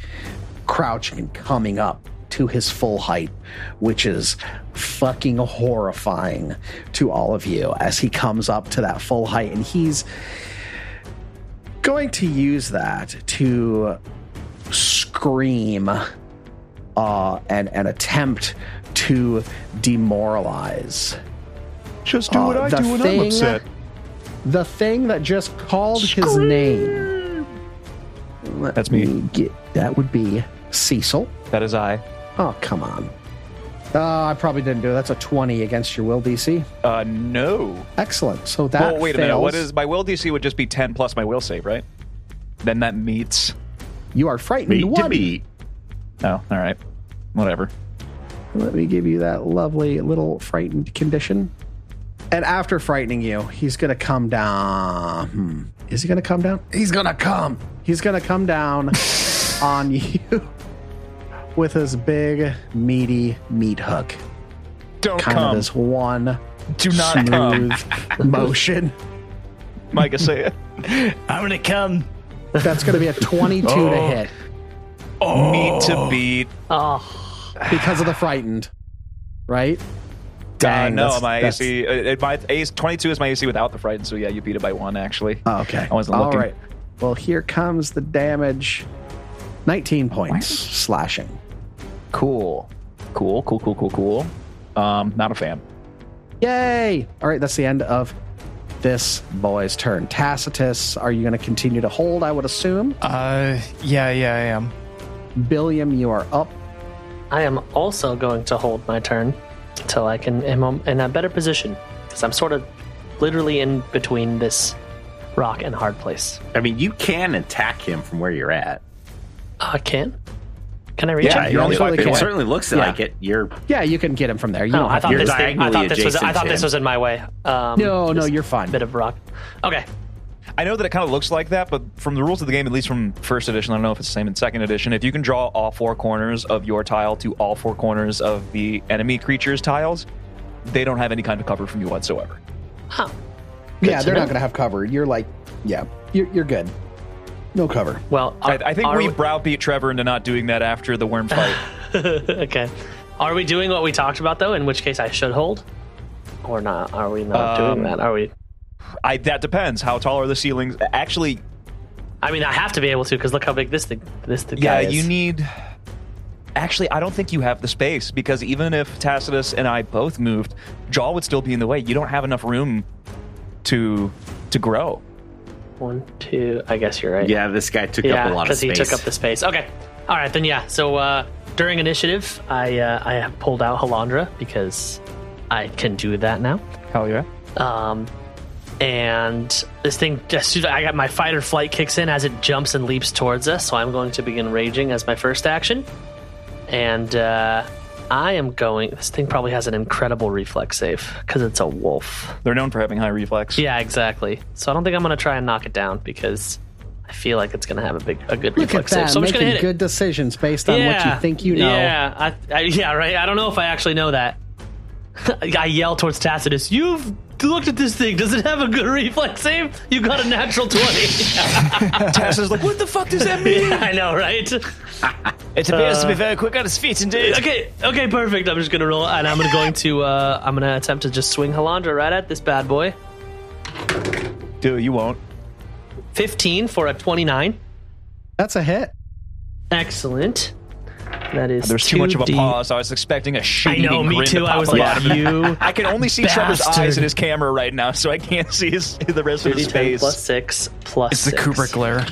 crouching and coming up to his full height, which is fucking horrifying to all of you as he comes up to that full height and he's going to use that to scream uh, and and attempt to demoralize.
Just
do what Uh, I the do when I'm thing- upset. The thing that just called his name. Let
That's me.
Get, that would be Cecil.
That is I.
Oh come on. Uh, I probably didn't do it. That's a twenty against your will DC.
Uh, no.
Excellent. So that
Well, wait a
fails.
minute. What is my will DC would just be ten plus my will save, right? Then that meets.
you are frightened.
Meat to
one.
meat.
Oh, all right. Whatever.
Let me give you that lovely little frightened condition. And after frightening you, he's going to come down. Hmm. Is he going to come down? He's going to come. He's going to come down on you with his big, meaty meat hook.
Don't
Kind of
come.
this one
Do not come.
smooth motion.
Micah, say it.
I'm going to come.
That's going to be a 22 to
Oh.
hit
Meet
Oh.
to beat.
because of the frightened, right?
Uh, no,
that's-
my
that's-
AC. Uh, uh, my AC 22 is my AC without the frighten, so yeah, you beat it by one, actually.
Oh, okay.
I wasn't looking.
All right. Well, here comes the damage. 19 points slashing.
Cool. Cool, cool, cool, cool, cool. Um, not a fan.
Yay! All right, that's the end of this boy's turn. Tacitus, are you going to continue to hold? I would assume.
Uh, yeah, yeah, I am.
Billiam, you are up.
I am also going to hold my turn until I can am um, in a better position because I'm sort of literally in between this rock and hard place.
I mean, you can attack him from where you're at.
Uh, can can I reach
Yeah,
him?
you
you
only-
absolutely
it
can.
certainly looks
Yeah.
like it. You're
Yeah, you can get him from there. You
Oh,
don't
I
have
thought
to.
you're
this thing, I
diagonally
thought this was I
adjacent
thought
to
this
him.
was in my way. Um,
No, Oh, no,
this
you're fine.
Bit of rock. Okay.
I know that it kind of looks like that, but from the rules of the game, at least from first edition, I don't know if it's the same in second edition. If you can draw all four corners of your tile to all four corners of the enemy creature's tiles, they don't have any kind of cover from you whatsoever.
Huh.
Yeah,
to
they're
know.
not going to have cover. You're like, yeah, you're, you're good. No cover.
Well,
I,
are-
I think
are
we browbeat Trevor into not doing that after the worm fight.
okay. Are we doing what we talked about though? In which case, I should hold, or not? Are we not
Um,
doing that? Are we?
I, that depends. How tall are the ceilings? Actually,
I mean, I have to be able to because look how big this thing, this thing
Yeah,
is.
you need. Actually, I don't think you have the space because even if Tacitus and I both moved, Jaw would still be in the way. You don't have enough room to to grow.
one, two. I guess you're right.
yeah. This guy took up a
yeah,
lot of
because he
space.
took up the space. Okay, all right then. Yeah. So uh, during initiative, I uh, I pulled out Halandra because I can do that now.
Hell yeah!
Um, and this thing, as soon as I got my fight or flight kicks in as it jumps and leaps towards us. So I'm going to begin raging as my first action. And uh, I am going. This thing probably has an incredible reflex save because it's a wolf.
They're known for having high reflex.
Yeah, exactly. So I don't think I'm going to try and knock it down because I feel like it's going to have a big, a good
Look at
reflex save.
that.
So I'm just going to
making
hit it.
good decisions based on what you think you know.
Yeah, I, I, yeah, right. I don't know if I actually know that. I yell towards Tacitus, "You've looked at this thing. Does it have a good reflex save? You got a natural 20.
Tacitus is like, what the fuck does that mean?
I know, right?
It appears
Uh,
to be very quick on its feet indeed.
Okay, okay, perfect. I'm just gonna roll, and I'm gonna going to, uh, I'm gonna attempt to just swing Halandra right at this bad boy.
Dude, you won't.
15 for a 29.
That's a hit.
Excellent. That is.
There's too much of a
2D.
pause. I was expecting a
I
shitty
know, me
grin to
too. I
pop
was
up out
like,
of him.
you.
I can only see Trevor's
bastard.
eyes in his camera right now, so I can't see his, the rest of his
10
face.
plus six plus.
It's the
six.
Kubrick glare.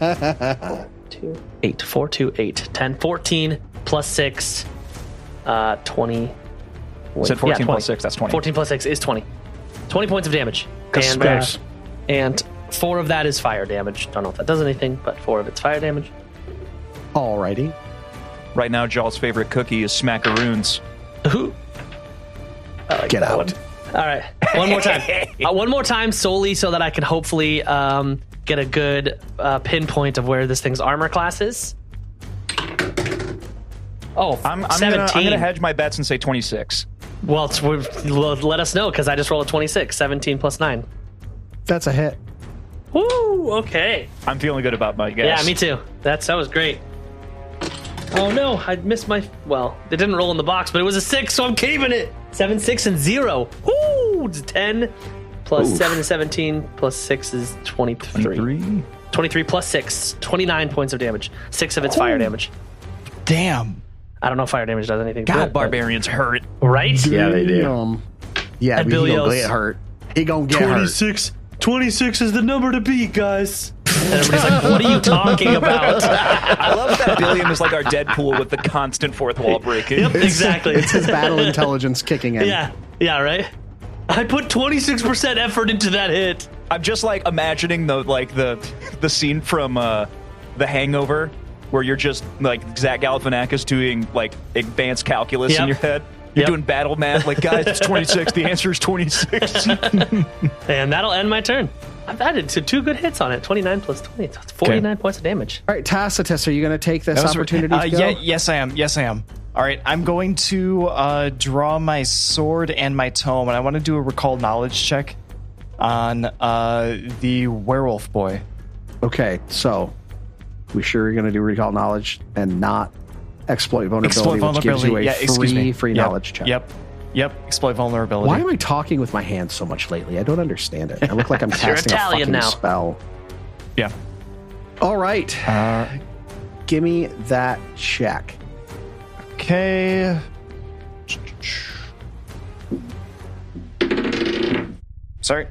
two, eight, four, two, eight, 10, 14 plus six, uh, 20. Wait,
Said 14 plus
20.
six, that's 20.
14 plus six is 20. 20 points of damage. And, uh,
Gross.
and four of that is fire damage. Don't know if that does anything, but four of it's fire damage.
Alrighty.
Right now, Jaw's favorite cookie is smackaroons.
Ooh. I like
Get
that
out.
one. All right. One more time. uh, one more time solely so that I can hopefully um, get a good uh, pinpoint of where this thing's armor class is. Oh,
I'm, I'm, gonna,
17.
I'm gonna hedge my bets and say 26.
Well, it's, we've, l- let us know because I just rolled a 26, 17 plus 9.
That's a hit.
Woo! Okay.
I'm feeling good about my guess.
Yeah, me too. That's, that was great. Oh no, I missed my. Well, it didn't roll in the box, but it was a 6, so I'm keeping it. 7, 6, and 0. Woo! It's 10 plus 7 is 17 plus 6 is 23. 23, plus 6, 29 points of damage. 6 of its fire damage.
Damn.
I don't know if fire damage does anything. to
God,
it, but-
barbarians hurt.
Right?
yeah, they do.
Um, yeah,
And
he
Billy
gonna
O's-
get hurt. He gonna get hurt.
26 26 is the number to beat guys and everybody's like what are you talking about
I love that Billiam is like our Deadpool with the constant fourth wall breaking.
exactly
It's his battle intelligence kicking in.
yeah yeah right i put 26% effort into that hit
I'm just like imagining the like the the scene from uh, The Hangover where you're just like Zach Galifianakis doing like advanced calculus
Yep.
in your head. You're
Yep.
doing battle math, like guys, it's 26. the answer is 26.
and that'll end my turn i've added to two good hits on it 29 plus 20 that's 49 points of damage
All right, Tacitus, are you going to take this
That was-
opportunity?
Uh,
to go?
yeah, yes, I am. Yes, I am. All right, I'm going to uh, draw my sword and my tome, and I want to do a recall knowledge check on uh, the werewolf boy.
Okay, so we sure you're going to do recall knowledge and not exploit vulnerability,
Exploit vulnerability.
which
yeah,
gives you a
excuse
free
me.
free
Yep,
knowledge check.
Yep. Yep. Exploit vulnerability.
Why am I talking with my hands so much lately? I don't understand it. I look like I'm casting
Italian
a fucking
now.
spell.
yeah.
All right, give me that check.
Okay. Sorry.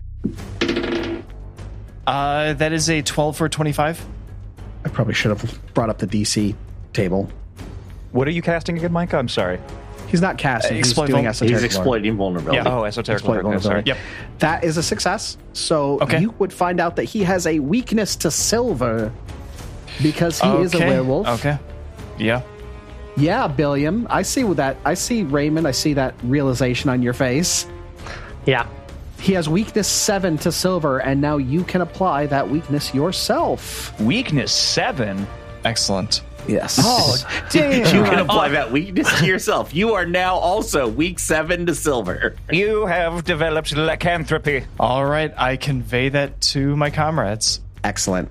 Uh, that is a 12 for 25.
I probably should have brought up the DC table.
what are you casting again, Micah? I'm sorry.
He's not casting. He's
Exploit
doing
vul-
esoteric
He's
lore.
exploiting vulnerability.
Yeah.
Oh, esoteric.
Exploit
Okay, sorry.
vulnerability. That is a success. So
Okay.
you would find out that he has a weakness to silver. because he is a
Okay,
werewolf.
Okay. Yeah.
Yeah, Billiam. I see with that. I see Raymond. I see that realization on your face.
Yeah.
He has weakness seven to silver, and now you can apply that weakness yourself.
Weakness seven.
Excellent.
Yes. Oh, damn.
You can
Oh.
apply that weakness to yourself. You are now also week seven to silver.
You have developed lycanthropy.
All right. I convey that to my comrades.
Excellent.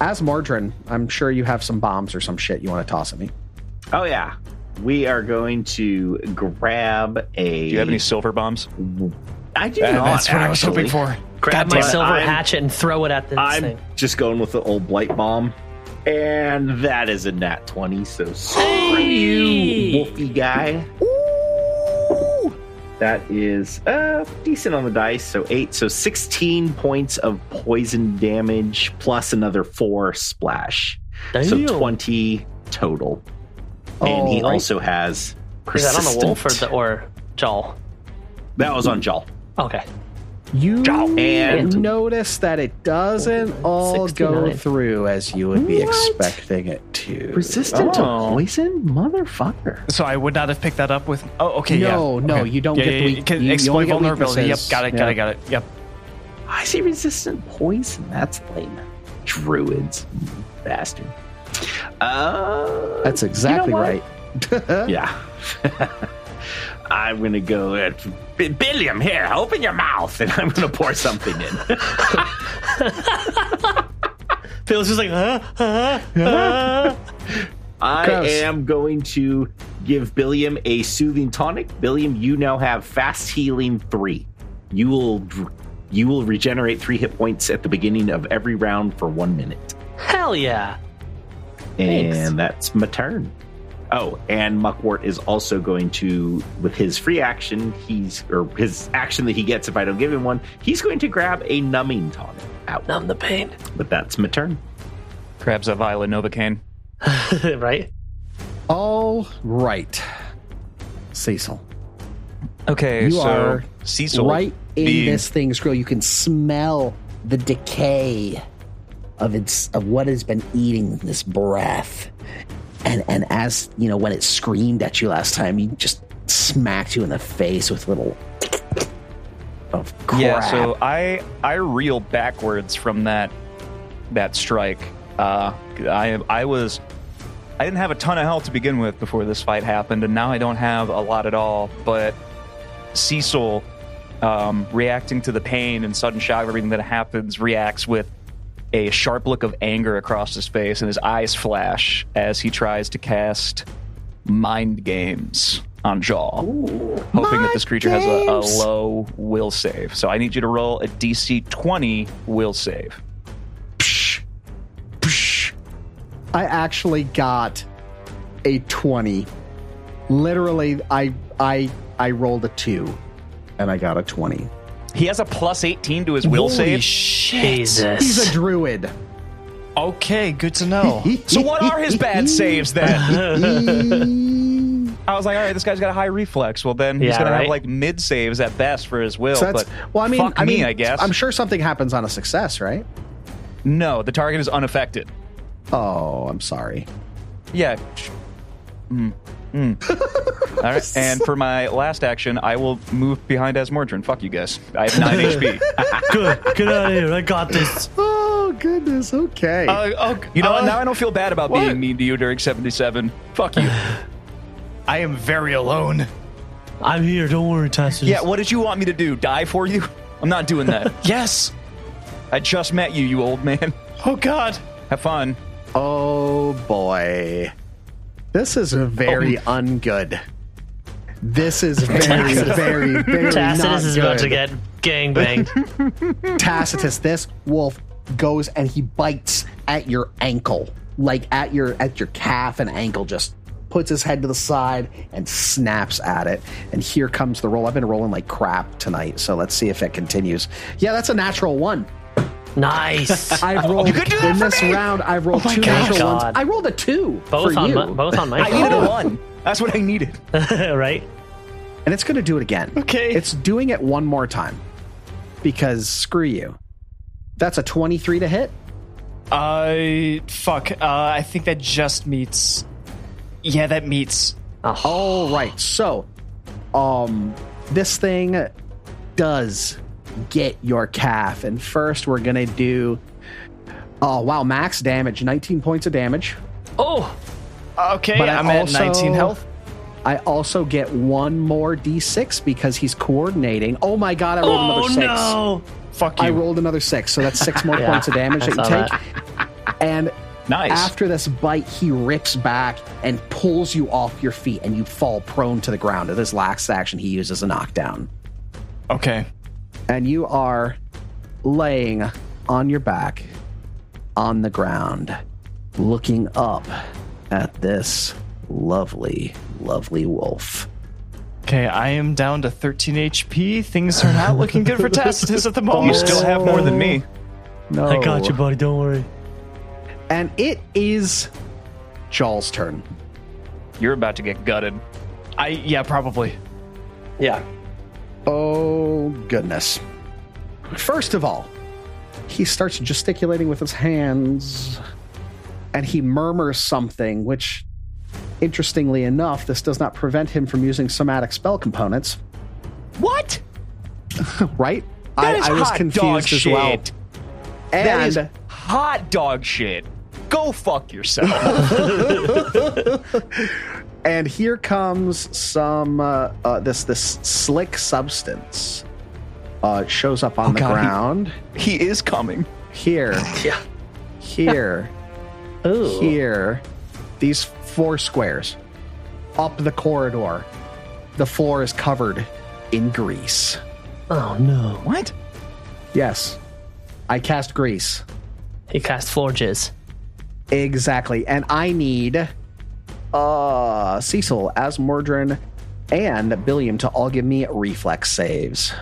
As Mordrin, I'm sure you have some bombs or some shit you want to toss at me.
Oh yeah. We are going to grab a.
Do you have any silver bombs?
I do
And
not.
that's what I was
actually.
hoping for.
Grab
God
my
damn it.
silver
I'm-
hatchet and throw it at this
I'm
thing.
just going with the old blight bomb, and that is a nat twenty. So screw you, Wolfy guy. Ooh. That is uh, decent on the dice, so eight, so sixteen points of poison damage plus another four splash, so
Damn.
twenty total. and he
Alright.
also has
Oh, Is that
persistent.
on the wolf or, the, or Joel?
That was on Jol.
Okay.
You
And-
notice that it doesn't all go
69.
through as you would be
What?
expecting it to.
Resistant
Oh.
to poison, motherfucker.
So I would not have picked that up with. Oh, okay.
No,
yeah.
no,
Okay.
you don't
Yeah,
get the
yeah, yeah.
weak-
Okay,
you- you
Exploit
only get
vulnerability. Yep.
weaknesses.
Got it. Got
Yeah.
it. Got it. Yep.
I see resistant poison. That's lame. Druids, bastard. Uh,
That's exactly
what?
right.
yeah. I'm gonna go at B- Billiam here. Open your mouth, and I'm gonna pour something in.
Phil's just like, huh? Huh? huh?
I
Gross.
am going to give Billiam a soothing tonic. Billiam, you now have fast healing three. You will you will regenerate three hit points at the beginning of every round for one minute.
Hell yeah.
And
Thanks.
that's my turn. Oh, and Muckwort is also going to, with his free action, he's or his action that he gets if I don't give him one, he's going to grab a numbing tonic out.
Numb the pain.
But that's my turn.
Grabs a vial of novocaine.
right?
All right, Cecil.
Okay,
You
so
are
Cecil,
right in
being-
this thing's grill, you can smell the decay
of its of what has been eating this breath. And and as you know, when it screamed at you last time, you just smacked you in the face with little of crap.
Yeah, so I I reel backwards from that that strike. Uh, I I was I didn't have a ton of health to begin with before this fight happened, and now I don't have a lot at all. But Cecil, um, reacting to the pain and sudden shock of everything that happens, reacts with a sharp look of anger across his face, and his eyes flash as he tries to cast mind games on Jaw, hoping that this creature has a, a low will save. So I need you to roll a DC 20 will save.
I actually got a 20. Literally, I I I rolled a 2 and I got a 20.
He has a plus 18 to his will save.
Jesus.
He's a druid.
Okay. Good to know.
so what are his bad saves then?
so
I was like, all right, this guy's got a high reflex. Well, then he's
Yeah,
gonna have
right.
like mid saves at best for his will.
that's
but
well. I mean,
fuck
I mean,
me, I guess.
I'm sure something happens on a success, right?
no, the target is unaffected.
Oh, I'm sorry.
Yeah. Mm. Mm. All right. And for my last action, I will move behind Asmordran. Fuck you guys. I have nine HP.
Good. Get out of here. I got this.
Oh goodness. Okay.
Uh, oh,
You know what?
uh,
Now I don't feel bad about
what?
being mean to you during 77. Fuck you.
I am very alone.
I'm here. Don't worry, Tassus.
yeah, what did you want me to do? Die for you? I'm not doing that.
Yes.
I just met you, you old man.
Oh God.
Have fun.
Oh boy. This is
Oh.
very ungood. This is very, very, very not
Tacitus is about
good.
to get gangbanged.
Tacitus, this wolf goes and he bites at your ankle, like at your at your calf and ankle. Just puts his head to the side and snaps at it. And here comes the roll. I've been rolling like crap tonight, so let's see if it continues. Yeah, that's a natural one. Oh,
nice.
I've rolled in this round. I've rolled two
God.
natural
God.
ones. Oh I rolled a two
Both
for
on,
you,
my, both on my
I needed a
phone.
one. That's what I needed.
right?
and it's going to do it again.
Okay.
It's doing it one more time because screw you. That's a 23 to hit.
Uh, fuck. Uh, I think that just meets. Yeah, that meets.
All right. So, um, this thing does get your calf, and first we're gonna do. Oh wow, max damage, nineteen points of damage.
Oh,
Okay,
But I
I'm at
also-
19 health.
I also get one more d6 because he's coordinating. Oh my god, I rolled another
oh
six.
no!
Fuck you.
I rolled another six, so that's six more points of damage that you
I saw
take. And
Nice.
after this bite, he rips back and pulls you off your feet, and you fall prone to the ground. It is last action he uses a knockdown.
okay.
and you are laying on your back on the ground, looking up at this lovely, lovely wolf.
Okay, I am down to 13 HP. Things are not looking good for Tacitus at the moment.
you still have more than me. Oh,
No,
I got you, buddy. Don't worry.
And it is Jarl's turn.
You're about to get gutted.
I yeah, probably.
Yeah.
Oh goodness! First of all, he starts gesticulating with his hands, and he murmurs something, which. Interestingly enough, this does not prevent him from using somatic spell components.
What?
right?
That is hot dog shit.
And
That is hot dog shit. Go fuck yourself.
and here comes some uh, uh, this this slick substance. Uh, it shows up on the
God, he-
ground
he is coming.
here,
Yeah.
here,
Ooh.
here. These four squares up the corridor. The floor is covered in grease.
Oh no!
What?
Yes, I cast grease.
He cast floor jizz.
Exactly. And I need uh Cecil, Asmordran, and Billiam to all give me reflex saves.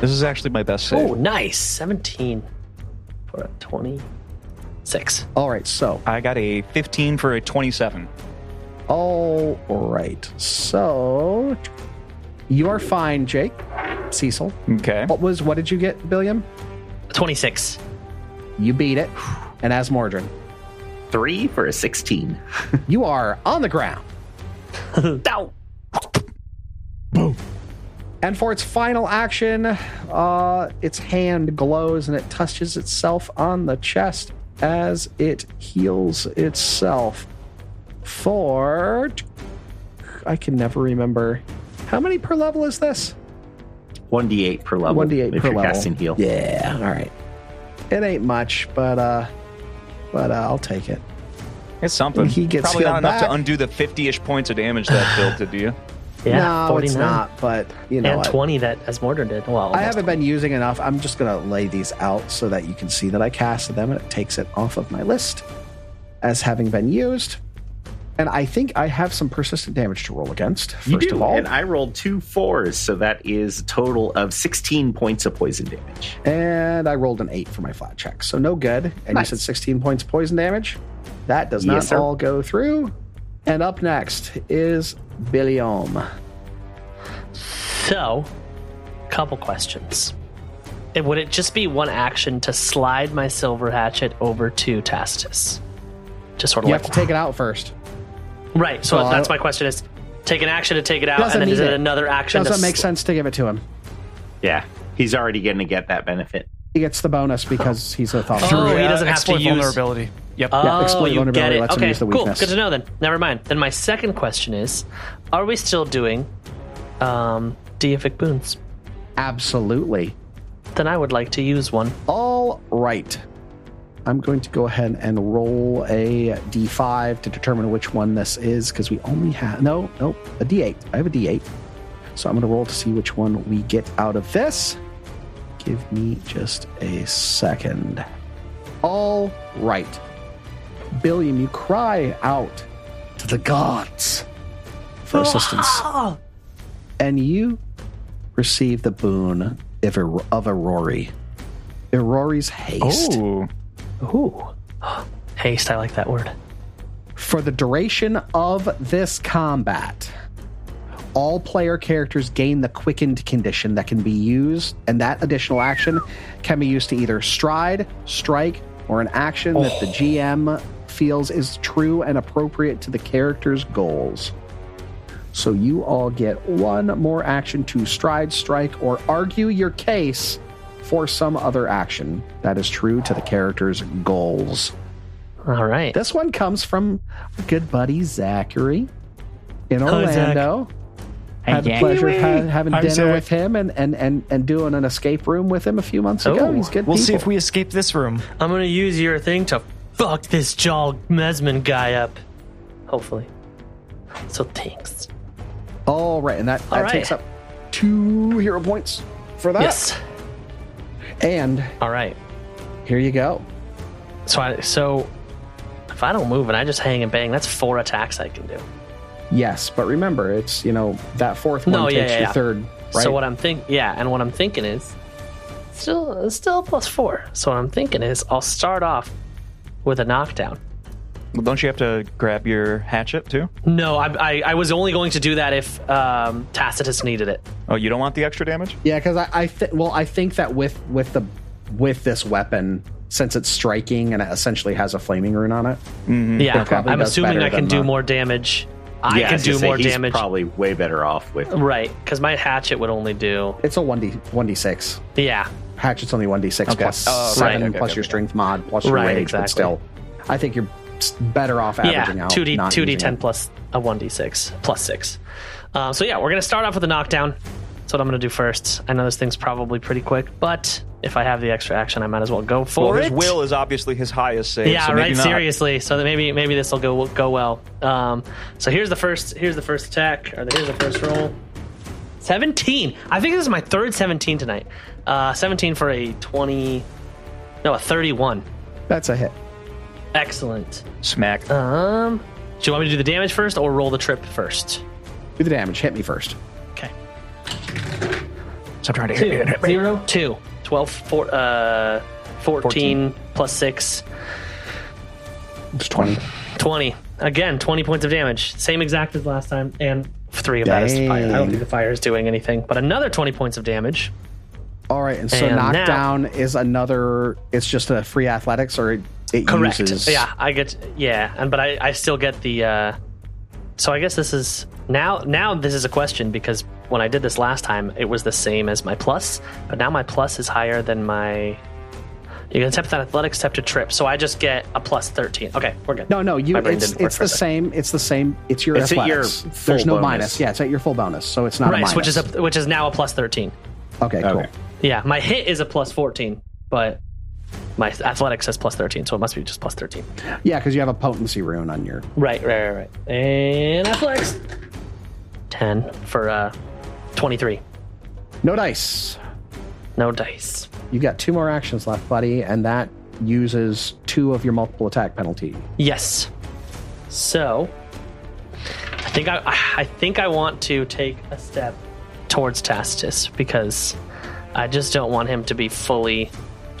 This is actually my best save.
Oh, nice. 17 for a Oh, 26.
All right, so
I got a 15 for a 27.
all right. So you are fine, Jake. Cecil.
Okay.
What was what did you get, Billiam?
26.
You beat it. And Asmordran.
Three for a 16.
You are on the ground.
Ow.
And for its final action, uh, its hand glows and it touches itself on the chest as it heals itself. For. I can never remember. How many per level is this?
1d8 per level.
1d8
if
per
you're
level.
casting heal.
Yeah, all right. It ain't much, but uh, but uh, I'll take it.
It's something.
He gets
Probably not
healed
enough
back.
to undo the 50 ish points of damage that Phil did to you.
Yeah,
no,
49.
it's not. But you know,
And
what?
20 that Asmordra did. Well,
I haven't been using enough. I'm just going to lay these out so that you can see that I casted them and it takes it off of my list as having been used. And I think I have some persistent damage to roll against, first
You do.
of all.
And I rolled two fours, so that is a total of 16 points of poison damage.
And I rolled an eight for my flat check. So no good. And
Nice.
you said 16 points poison damage. That does not
Yes, sir.
all go through. And up next is Billiom.
So, couple questions. It, would it just be one action to slide my silver hatchet over to Tacitus? Just sort of
You
like
have to take it out first.
right. So,
so I
that's
don't-
my question: is take an action to take it out,
Doesn't
and then is
need
it
it.
another action?
Doesn't
to
make
sl-
sense to give it to him.
Yeah. He's already going to get that benefit.
He gets the bonus because he's a thought.
Oh, he doesn't have
exploit
to use-
vulnerability. Yep.
Uh,
Oh,
exploit
you get
vulnerability
it.
lets him
okay,
use the
cool.
weakness.
Good to know. Then, never mind. Then my second question is: Are we still doing um, deific boons?
Absolutely.
Then I would like to use one.
All right. I'm going to go ahead and roll a d5 to determine which one this is because we only have no, nope, a d8. I have a d8. So I'm going to roll to see which one we get out of this. Give me just a second. All right. Billiam, you cry out to the gods for assistance,
Oh,
and you receive the boon of, Aur- of Aurori. Aurori's haste.
Ooh.
ooh, haste. I like that word.
For the duration of this combat, all player characters gain the quickened condition that can be used, and that additional action can be used to either stride, strike, or an action that the GM feels is true and appropriate to the character's goals. So you all get one more action to stride, strike, or argue your case for some other action that is true to the character's goals.
All right.
This one comes from our good buddy Zachary uh, in
Hello, Zach.
Orlando. Had the
Zach.
pleasure of ha- having
Hi,
dinner
Zach.
with him and, and, and, and doing an escape room with him a few months ago.
Oh,
He's good.
We'll see
people.
if we escape this room.
I'm gonna use your thing to fuck this Jarl Mesman guy up. Hopefully. So thanks.
All right, and that,
All
that
right.
takes up two hero points for that.
Yes.
And
All right.
here you go.
So I so if I don't move and I just hang and bang, that's four attacks I can do.
Yes, but remember, it's you know that fourth one
No, yeah,
takes
yeah,
your
yeah.
third. Right?
So what I'm think yeah, and what I'm thinking is still it's still plus four. So what I'm thinking is I'll start off with a knockdown.
Well, don't you have to grab your hatchet too?
No, I, I, I was only going to do that if um, Tacitus needed it.
Oh, you don't want the extra damage?
Yeah, because I, I th- well, I think that with with the with this weapon, since it's striking and it essentially has a flaming rune on it,
Yeah,
Hmm. probably
I'm
does
assuming
better
I can
than
do
the-
more damage. I
Yeah,
can
was gonna
do
say,
more
he's
damage.
Probably way better off with.
Right, because my hatchet would only do.
it's a one d one d six.
Yeah,
Hatchet's only one d six plus
Oh, right,
seven
okay,
plus
okay,
your
okay.
strength mod plus your
Right,
rage,
exactly.
but still, I think you're s- better off averaging
yeah.
out.
Two D
not
two D
using
ten
it.
plus a one D six plus six. Um, so yeah, we're gonna start off with a knockdown. That's what I'm gonna do first. I know this thing's probably pretty quick, but if I have the extra action, I might as well go for
well, his
it.
will is obviously his highest save.
yeah,
so maybe
right.
Not.
Seriously, so that maybe maybe this will go go well. Um, so here's the first here's the first attack or here's the first roll. Seventeen. I think this is my third seventeen tonight. Uh, Seventeen for a twenty, no a thirty-one.
That's a hit.
Excellent.
Smack.
Uh.
Um, do you want me to do the damage first or roll the trip first?
Do the damage. Hit me first.
Okay.
Stop trying to hit me.
Two, zero, two, 12, four, uh, 14, plus 6,
It's twenty.
20. Again, 20 points of damage. Same exact as last time. And three of that is fire. I don't
Dang.
think the fire is doing anything, but another 20 points of damage.
All right, and so
And now-
knockdown is another. It's just a free athletics, or it, it
Correct.
uses.
Yeah, I get, yeah. And, but I, I still get the, uh, so I guess this is now, now this is a question because when I did this last time, it was the same as my plus, but now my plus is higher than my, you can attempt that athletics step to trip. So I just get a plus 13. Okay, we're good.
No, no, you.
My brain
It's,
didn't work
it's
for
the
a second.
same. It's the same. It's your
It's at your
athletics.
full
There's no
bonus.
minus. Yeah, it's at your full bonus, so it's not a
right,
minus.
which is a which is now a plus thirteen.
okay, cool.
Yeah, my hit is a plus fourteen, but my athletics says plus thirteen, so it must be just plus thirteen.
Yeah, because you have a potency rune on your.
Right, right, right, right. And athletics ten for uh twenty three.
No dice.
No dice.
You got two more actions left, buddy, and that uses two of your multiple attack penalty.
Yes. So I think I I think I want to take a step towards Tacitus because I just don't want him to be fully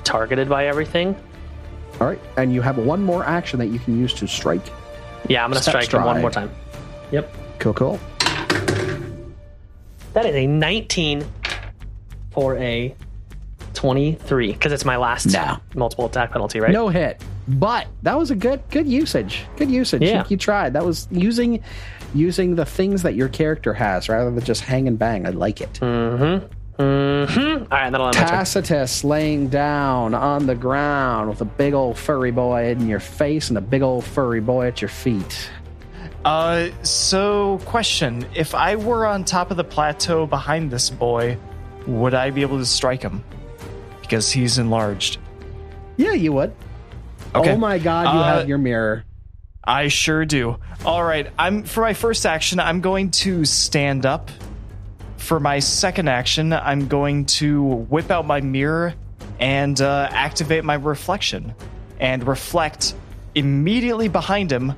targeted by everything.
All right, and you have one more action that you can use to strike.
Yeah, I'm gonna
Step
strike him one
stride.
more time. Yep.
Cool, cool.
That is a 19 for a 23 because it's my last
No.
multiple attack penalty, right?
No hit, but that was a good good usage. Good usage.
Yeah.
You, you tried. That was using using the things that your character has rather than just hang and bang. I like it.
Hmm. All right, that'll end my turn.
Tacitus laying down on the ground with a big old furry boy in your face and a big old furry boy at your feet.
Uh, so question: If I were on top of the plateau behind this boy, would I be able to strike him? Because he's enlarged.
Yeah, you would.
Okay.
Oh my god, you
Uh,
have your mirror.
I sure do. All right, I'm for my first action, I'm going to stand up. For my second action, I'm going to whip out my mirror and uh, activate my reflection and reflect immediately behind him,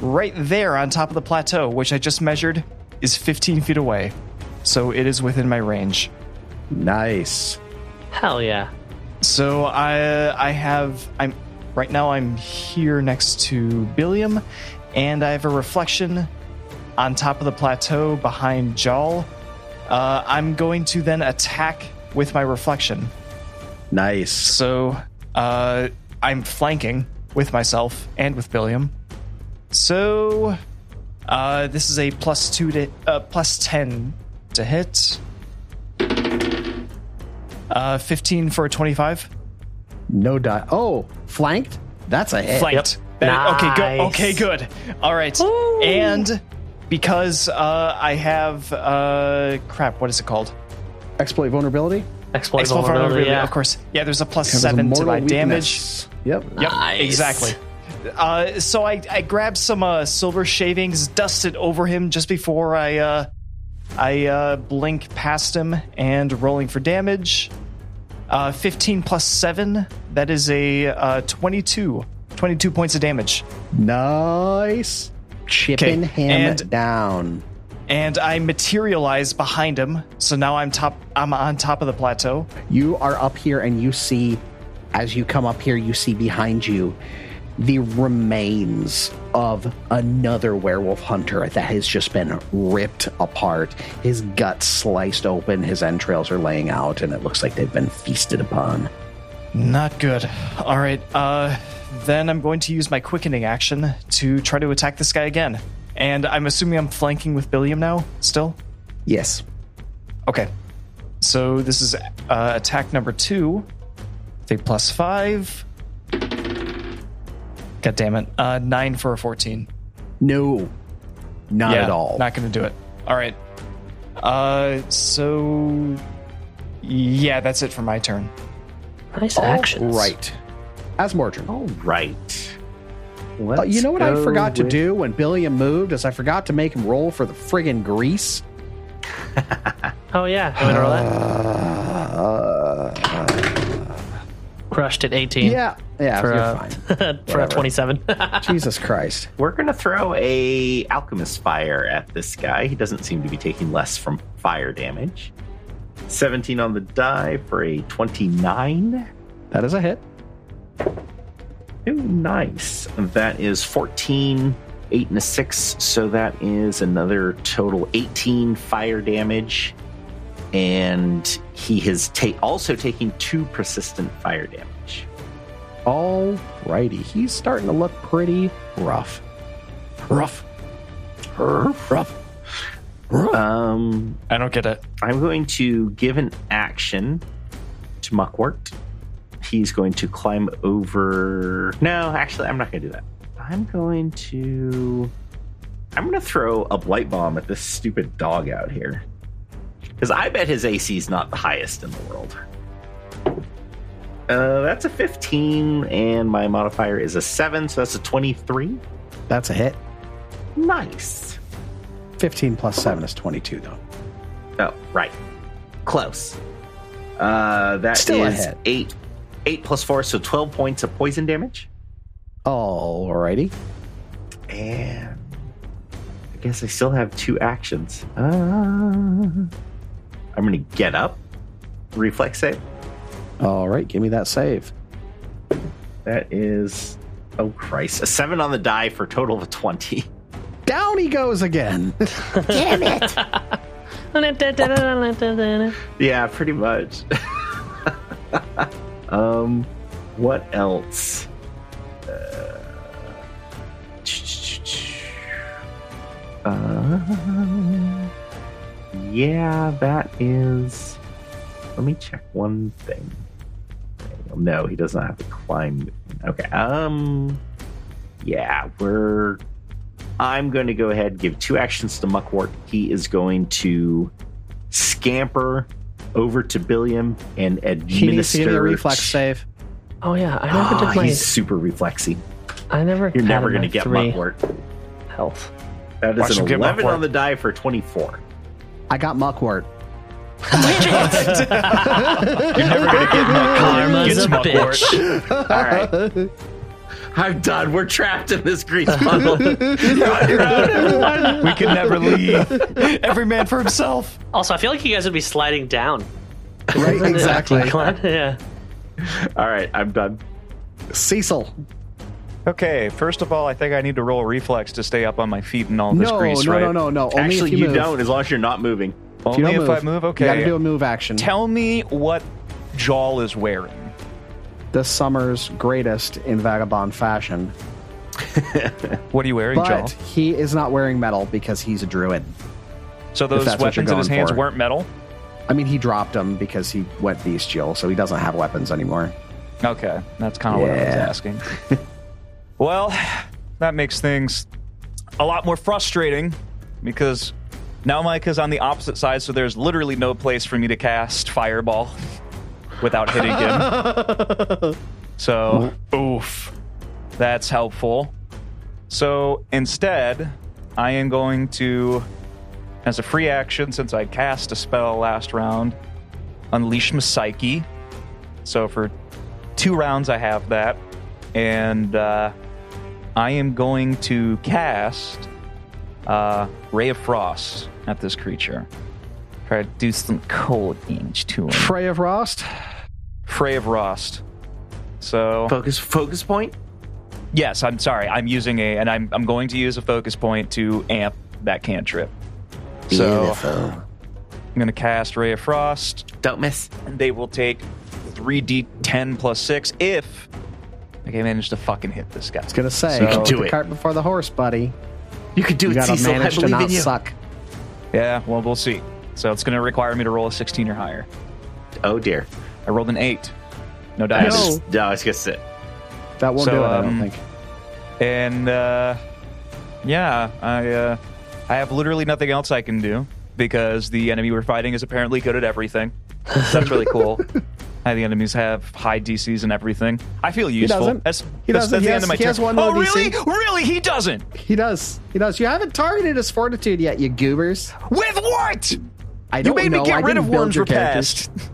right there on top of the plateau, which I just measured is 15 feet away. So it is within my range.
Nice.
Hell yeah.
So I I have I'm right now I'm here next to Billiam, and I have a reflection on top of the plateau behind Jarl. Uh, I'm going to then attack with my reflection.
Nice.
So uh, I'm flanking with myself and with Billiam. So uh, this is a plus two to uh, plus ten to hit. Uh, fifteen for a twenty-five.
No die. Oh, flanked? That's a hit.
Flanked. That- Okay, good.
Nice.
Okay, good. All right. And because uh, I have uh, crap, what is it called?
Exploit vulnerability.
Exploit
Expo
vulnerability,
vulnerability,
yeah.
of course. Yeah, there's a plus
Covers a
seven to
mortal
my damage.
weakness. Yep.
Yep,
Nice.
exactly. Uh, so I, I grabbed some uh, silver shavings, dusted over him just before I uh, I uh, blink past him, and rolling for damage. Uh, 15 plus 7, that is a uh, 22. 22 points of damage.
Nice.
Chipping him
and-
down.
And I materialize behind him, so now I'm top. I'm on top of the plateau.
You are up here and you see,
As you come up here, you see behind you the remains of another werewolf hunter that has just been ripped apart. His guts sliced open, his entrails are laying out, and it looks like they've been feasted upon.
Not good. All right. Uh, then I'm going to use my quickening action to try to attack this guy again. And I'm assuming I'm flanking with Billiam now. Still.
Yes.
Okay. So this is uh, attack number two. They plus five. God damn it. Uh, nine for a fourteen.
no, not
Yeah,
at all.
Not going to do it. All right. Uh, so yeah, that's it for my turn.
Nice actions.
right. As Mordrin.
All right.
Uh, you know what I
go
forgot to
with-
do when Billiam moved is I forgot to make him roll for the friggin' grease.
Oh yeah. I'm gonna roll that. Crushed at 18
Yeah, yeah,
For,
you're
uh,
fine.
for a 27.
Jesus Christ.
We're gonna throw a alchemist fire at this guy. He doesn't seem to be taking less from fire damage. 17 on the die for a 29.
That is a hit.
Ooh, nice. That is 14, 8, and a 6. So that is another total 18 fire damage. And he has ta- also taking two persistent fire damage.
Alrighty, he's starting to look pretty rough. Rough. Rough.
Um,
I don't get it.
I'm going to give an action to Muckwort. He's going to climb over. No, actually, I'm not going to do that. I'm going to. I'm going to throw a blight bomb at this stupid dog out here. Because I bet his AC is not the highest in the world. Uh, that's a 15, and my modifier is a 7, so that's a 23.
That's a hit.
Nice.
15 plus 7 is 22, though.
Oh, right. Close. Uh, that is
Still a hit.
eight, eight plus four, so twelve points of poison damage.
Alrighty.
And I guess I still have two actions. Uh, I'm gonna get up, reflex save.
Alright, give me that save.
That is, oh Christ, a seven on the die for a total of a twenty.
Down he goes again.
Yeah, pretty much. um, what else? Uh, um, yeah, that is. Let me check one thing. No, he does not have to climb. Okay. Um. Yeah, we're. I'm going to go ahead and give two actions to Muckwort. He is going to scamper over to Billiam and
He needs
administer.
to give me a reflex save.
Oh yeah. I never
Ah,
did my.
he's super reflexy.
I never.
You're
had
never
my
going to get
three
Muckwort.
health.
That
Watch
is
him
an
get
11
Muckwort.
on the die for 24.
I got Muckwort.
You're never gonna get my
Karma's a bitch.
All right. I'm done. We're trapped in this grease puddle. You're on your own, everyone.
We can never leave. Every man for himself.
Also, I feel like you guys would be sliding down.
Right, exactly.
yeah.
All right. I'm done.
Cecil.
Okay, first of all, I think I need to roll reflex to stay up on my feet and all this
No,
grease,
no,
right?
no, no, no. Only
Actually,
if you,
you,
move.
don't as long as you're not moving.
If you
Only
don't
if I move.
You gotta
Okay.
do a move action.
Tell me what Jawl is wearing.
this summer's greatest in vagabond fashion.
What are you wearing, Joel?
But he is not wearing metal because he's a druid.
So those
that's what you're
weapons in his
going
hands
for.
weren't metal.
I mean, he dropped them because he went bestial, so he doesn't have weapons anymore.
Okay, that's kind of what I was
Yeah.
asking. well, that makes things a lot more frustrating because now Micah's on the opposite side, so there's literally no place for me to cast Fireball without hitting him. so, oof, that's helpful. So instead, I am going to, as a free action, since I cast a spell last round, unleash my psyche. So for two rounds I have that, and uh, I am going to cast uh, Ray of Frost at this creature. Try to do some cold damage to him.
Prey of Rost.
Ray of Frost. So
Focus, focus point.
yes, I'm sorry. I'm using a, and I'm I'm going to use a focus point to amp that cantrip. So
Beautiful.
I'm going to cast Ray of Frost.
Don't miss.
and they will take 3d10 plus 6 if I can manage to fucking hit this guy.
Gonna say,
So- You can
put
do
the
it.
cart before the horse, buddy.
You could do
You
it,
gotta
Cecil. I
manage to
believe in
not
you.
suck.
Yeah, well, we'll see. So it's going to require me to roll a 16 or higher.
Oh dear.
I rolled an 8. No
I
dice.
just- no, I was gonna sit.
That won't
So,
do it. I don't
um,
think.
And, uh, yeah, I, uh, I have literally nothing else I can do because the enemy we're fighting is apparently good at everything. So that's really cool. How the enemies have high DCs and everything. I feel useful.
doesn't.
That's,
He
that's,
doesn't.
that's
He
the
has-
end of my
he
turn.
has one low
oh, really?
DC.
Really? He doesn't.
He does. He does. You haven't targeted his fortitude yet, you goobers.
With what?
I
You
don't
made
know.
me get
I
rid
didn't
of
build
Worms
your
Repast.
characters.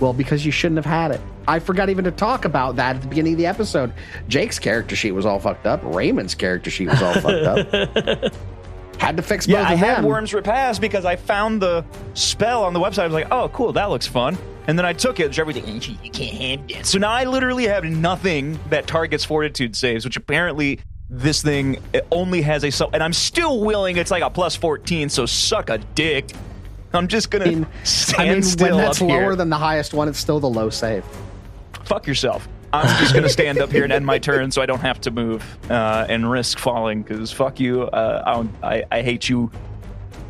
Well, because you shouldn't have had it. I forgot even to talk about that at the beginning of the episode. Jake's character sheet was all fucked up. Raymond's character sheet was all fucked up. Had to fix both
Yeah,
of
I had
them.
Worm's Repast because I found the spell on the website. I was like, oh, cool, that looks fun. And then I took it. Jeremy's like, "Actually, you can't have that. So now I literally have nothing that targets Fortitude saves, which apparently this thing it only has a sub. And I'm still willing. It's like a plus 14, so suck a dick. I'm just gonna
I mean,
stand
I mean when
still
that's
up
lower
here.
than the highest one, it's still the low save.
Fuck yourself. I'm just gonna stand up here and end my turn, so I don't have to move uh, and risk falling. Because fuck you, uh, I, don't, I I hate you.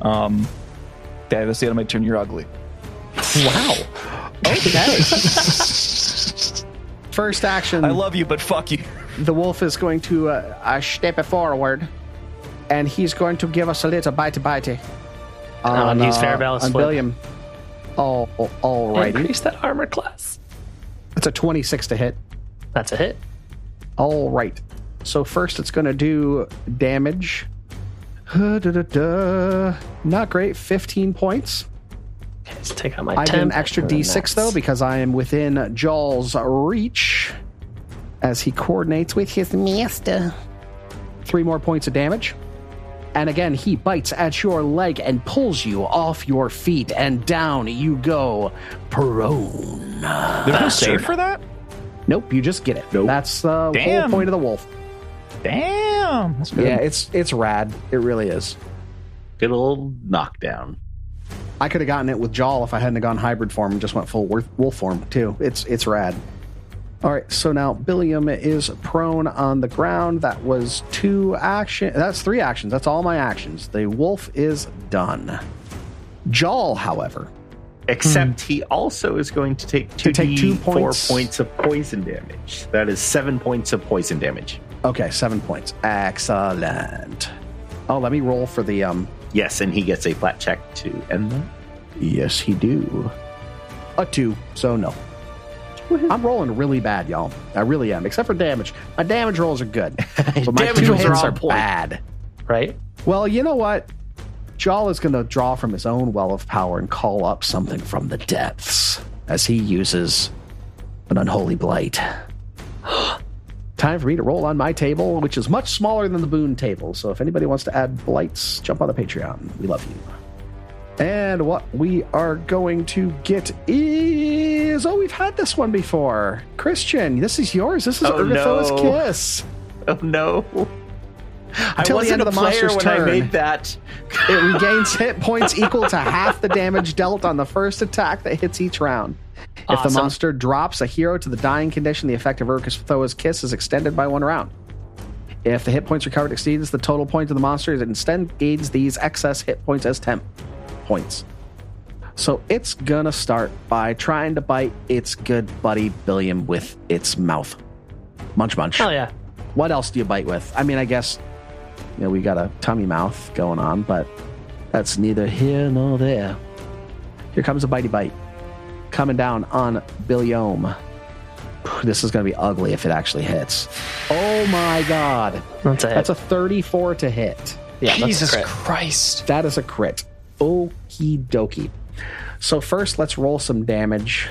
Um, yeah, that's the end of my turn. You're ugly.
Wow. Okay. First action.
I love you, but fuck you.
the wolf is going to uh, uh, step forward, and he's going to give us a little bitey bitey. On, uh,
he's fair balanced
on
flip.
William. Oh, oh, alrighty.
Increase that armor class.
It's a twenty-six to hit.
That's a hit.
All right. So first, it's going to do damage. Uh, da, da, da. Not great. Fifteen points.
Let's take out my
I get an
ten.
extra d6 though because I am within Jaws' reach as he coordinates with his master. Three more points of damage. And again, he bites at your leg and pulls you off your feet, and down you go prone.
There's no save for that.
Nope, you just get it. That's the
Damn.
whole point of the wolf.
Damn. That's good.
Yeah, it's it's rad. It really is.
Good old knockdown.
I could have gotten it with Jaw if I hadn't have gone hybrid form and just went full wor- wolf form too. It's it's rad. All right, so now Billiam is prone on the ground. That was two action. That's three actions. That's all my actions. The wolf is done. Jaw, however,
Except
Hmm.
he also is going to take two,
take two
four
points.
points. of poison damage. That is seven points of poison damage.
okay, seven points. Excellent. Oh, let me roll for the um.
Yes, and he gets a flat check to end them.
Yes, he do. A two, so no. I'm rolling really bad, y'all. I really am, except for damage. My damage rolls are good, but my
Damage
two
rolls are
hits
on
are
point.
bad.
right?
Well, you know what? Jarl is going to draw from his own well of power and call up something from the depths as he uses an unholy blight. Time for me to roll on my table, which is much smaller than the Boon table. So if anybody wants to add blights, jump on the Patreon. We love you. And what we are going to get is oh, we've had this one before. Christian, this is yours. This is
Oh,
Urgathoa's
no.
Kiss.
Oh no. I
Till the
wasn't
end
a
of the
player
monster's
when I
turn.
made that.
It regains hit points equal to half the damage dealt on the first attack that hits each round. If the
Awesome.
monster drops a hero to the dying condition, the effect of Urkathoa's kiss is extended by one round. If the hit points recovered exceeds the total points of the monster, it instead gains these excess hit points as temp points. So it's gonna start by trying to bite its good buddy Billiam with its mouth. Munch, munch.
Hell Oh, yeah.
What else do you bite with? I mean, I guess you know we got a tummy mouth going on, but that's neither here nor there. Here comes a bitey bite coming down on Billiome. This is going to be ugly if it actually hits. Oh my god,
That's a hit.
that's a 34 to hit.
yeah,
Jesus
that's a crit.
Christ.
That is a crit. Okie dokie. So first, let's roll some damage.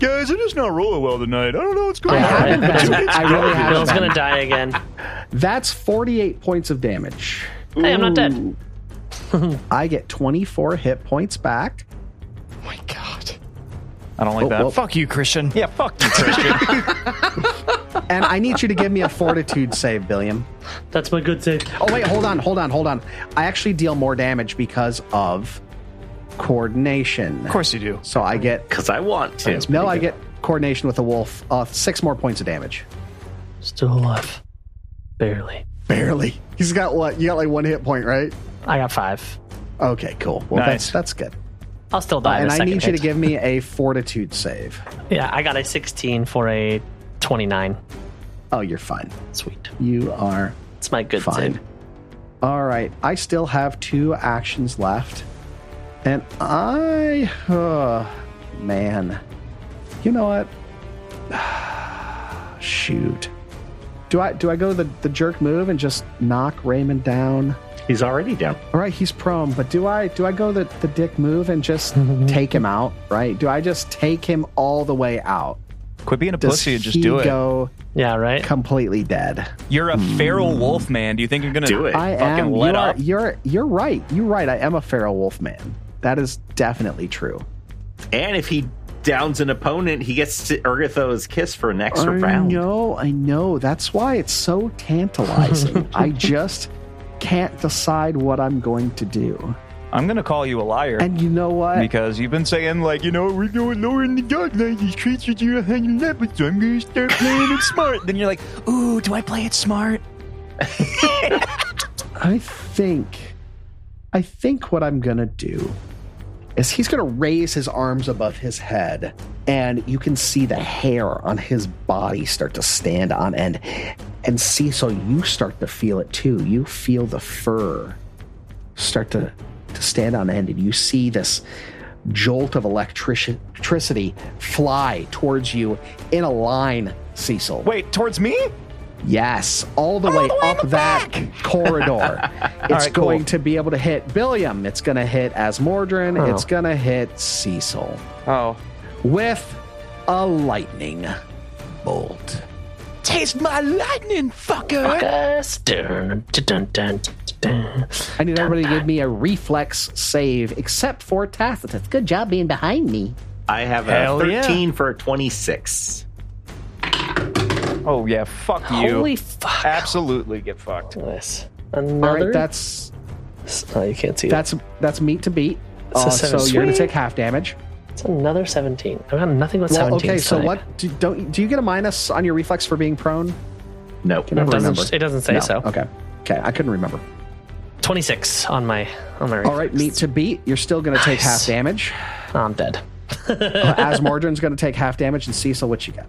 Guys, I'm just not rolling well tonight. I don't know what's going
I
on.
haven't been. I really
Bill's
haven't
gonna
been.
die again.
That's 48 points of damage.
Hey, I'm not dead.
I get 24 hit points back.
Oh my God.
I don't like
Oh,
that.
well-
Fuck you, Christian.
Yeah, fuck you, Christian.
And I need you to give me a fortitude save, Billiam.
That's my good save.
Oh, wait, hold on, hold on, hold on. I actually deal more damage because of coordination.
Of course you do.
So I get.
Because I want to.
No, I get coordination with the wolf. Uh, six more points of damage.
Still alive. Barely.
Barely. He's got what? You got like one hit point, right?
I got five.
Okay, cool. Well,
Nice.
that's that's good.
I'll still die. in
and
the
I
second
need you to
hit.
give me a fortitude save.
Yeah, I got a 16 for a 29.
Oh, you're fine.
Sweet.
You are
It's my good
Fine.
save.
All right. I still have two actions left. And I. Uh, man. You know what? Shoot. Do I do I go the, the jerk move and just knock Raymond down?
He's already down.
All right, he's prone, but do I do I go the, the dick move and just take him out? Right? Do I just take him all the way out?
Quit being a
Does
pussy and just
he
do it.
go
Yeah, right?
completely dead?
You're a feral
Hmm.
wolf, man. Do you think you're gonna
Do it.
I
fucking
am.
let
you
up?
Are, you're you're right. You're right. I am a feral wolf man. That is definitely true.
And if he downs an opponent, he gets to Urgatho's kiss for an extra
I
round.
know. I know. That's why it's so tantalizing. I just can't decide what I'm going to do.
I'm gonna call you a liar.
And you know what?
because you've been saying like, you know, we're going lower in the dark night. These creatures you're hanging out with, so I'm gonna start playing it smart. Then you're like, ooh, do I play it smart?
I think, I think what I'm gonna do is he's gonna raise his arms above his head, and you can see the hair on his body start to stand on end, and see. So you start to feel it too. You feel the fur start to to stand on end, and you see this jolt of electrici- electricity fly towards you in a line, Cecil.
Wait, towards me?
Yes, all the way up that corridor. it's
right, cool.
going to be able to hit Billiam. It's going to hit Asmordran. It's going to hit Cecil
Oh,
with a lightning bolt.
taste my lightning, fucker.
Yes. Dun, dun, dun, dun, dun.
I need everybody to give me a reflex save, except for Tacitus. Good job being behind me.
I have
Hell
a
yeah.
13 for a 26.
Oh yeah, fuck you.
Holy fuck.
Absolutely, get fucked.
Nice.
All
Another.
right, that's
oh, you can't see
that's that's meat to beat.
That's a
Uh, so
seven.
you're going to
Sweet.
take half damage.
it. It's another 17. I've got nothing but
Well,
17.
okay. So what do, don't do you get a minus on your reflex for being prone?
No.
Can I
It
remember?
doesn't, it doesn't say
No.
so.
Okay. Okay. I couldn't remember.
26 on my on my.
All right, meet to beat. You're still going to take half
Nice.
damage.
Oh, I'm dead.
Uh, Asmordran's going to take half damage, and Cecil, what you got?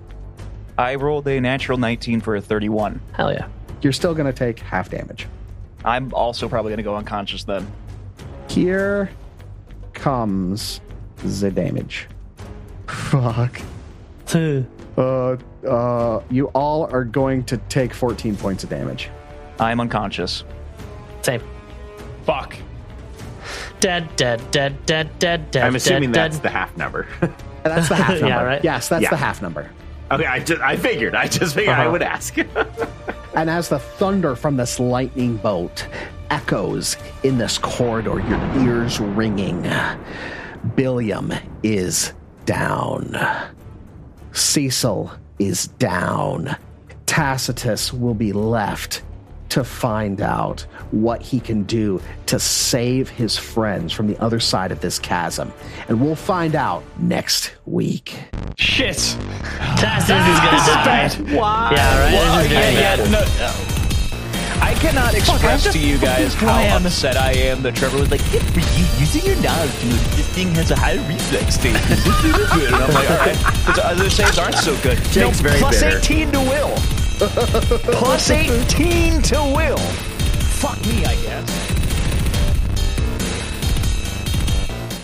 I rolled a natural 19 for a 31.
Hell yeah.
You're still going to take half damage.
I'm also probably gonna go unconscious then.
Here comes the damage. Fuck. Uh, uh, you all are going to take 14 points of damage.
I'm unconscious.
Same.
Fuck.
Dead, dead, dead, dead, dead, dead.
I'm assuming
dead,
that's
dead.
the half number.
And that's the half
Yeah,
number.
right?
Yes, that's
Yeah.
the half number.
okay, I, just, I figured. I just figured I
Uh-huh.
would ask.
And as the thunder from this lightning bolt echoes in this corridor, your ears ringing, Billiam is down. Cecil is down. Tacitus will be left to find out what he can do to save his friends from the other side of this chasm. And we'll find out next week.
Shit.
Taz is gonna die.
Why?
Yeah, right.
Well,
This is
yeah,
gonna
yeah,
be
no, no. I cannot express
just
to you guys how
Graham.
upset I am that Trevor was like, "Good for you using your knowledge, dude. This thing has a high reflex state." and I'm like, "All right, his other saves aren't so good."
Jake's very
plus
bitter.
18 to will. plus 18 to will. Fuck me, I guess.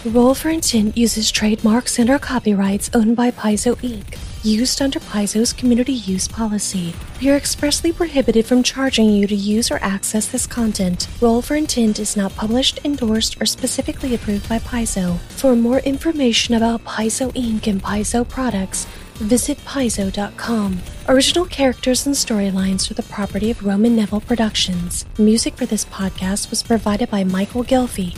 Roll for Intent uses trademarks and or copyrights owned by Paizo Inc., used under Paizo's community use policy. We are expressly prohibited from charging you to use or access this content. Roll for Intent is not published, endorsed, or specifically approved by Paizo. For more information about Paizo Inc. and Paizo products, visit paizo.com. Original characters and storylines are the property of Roman Neville Productions. Music for this podcast was provided by Michael Gelfie.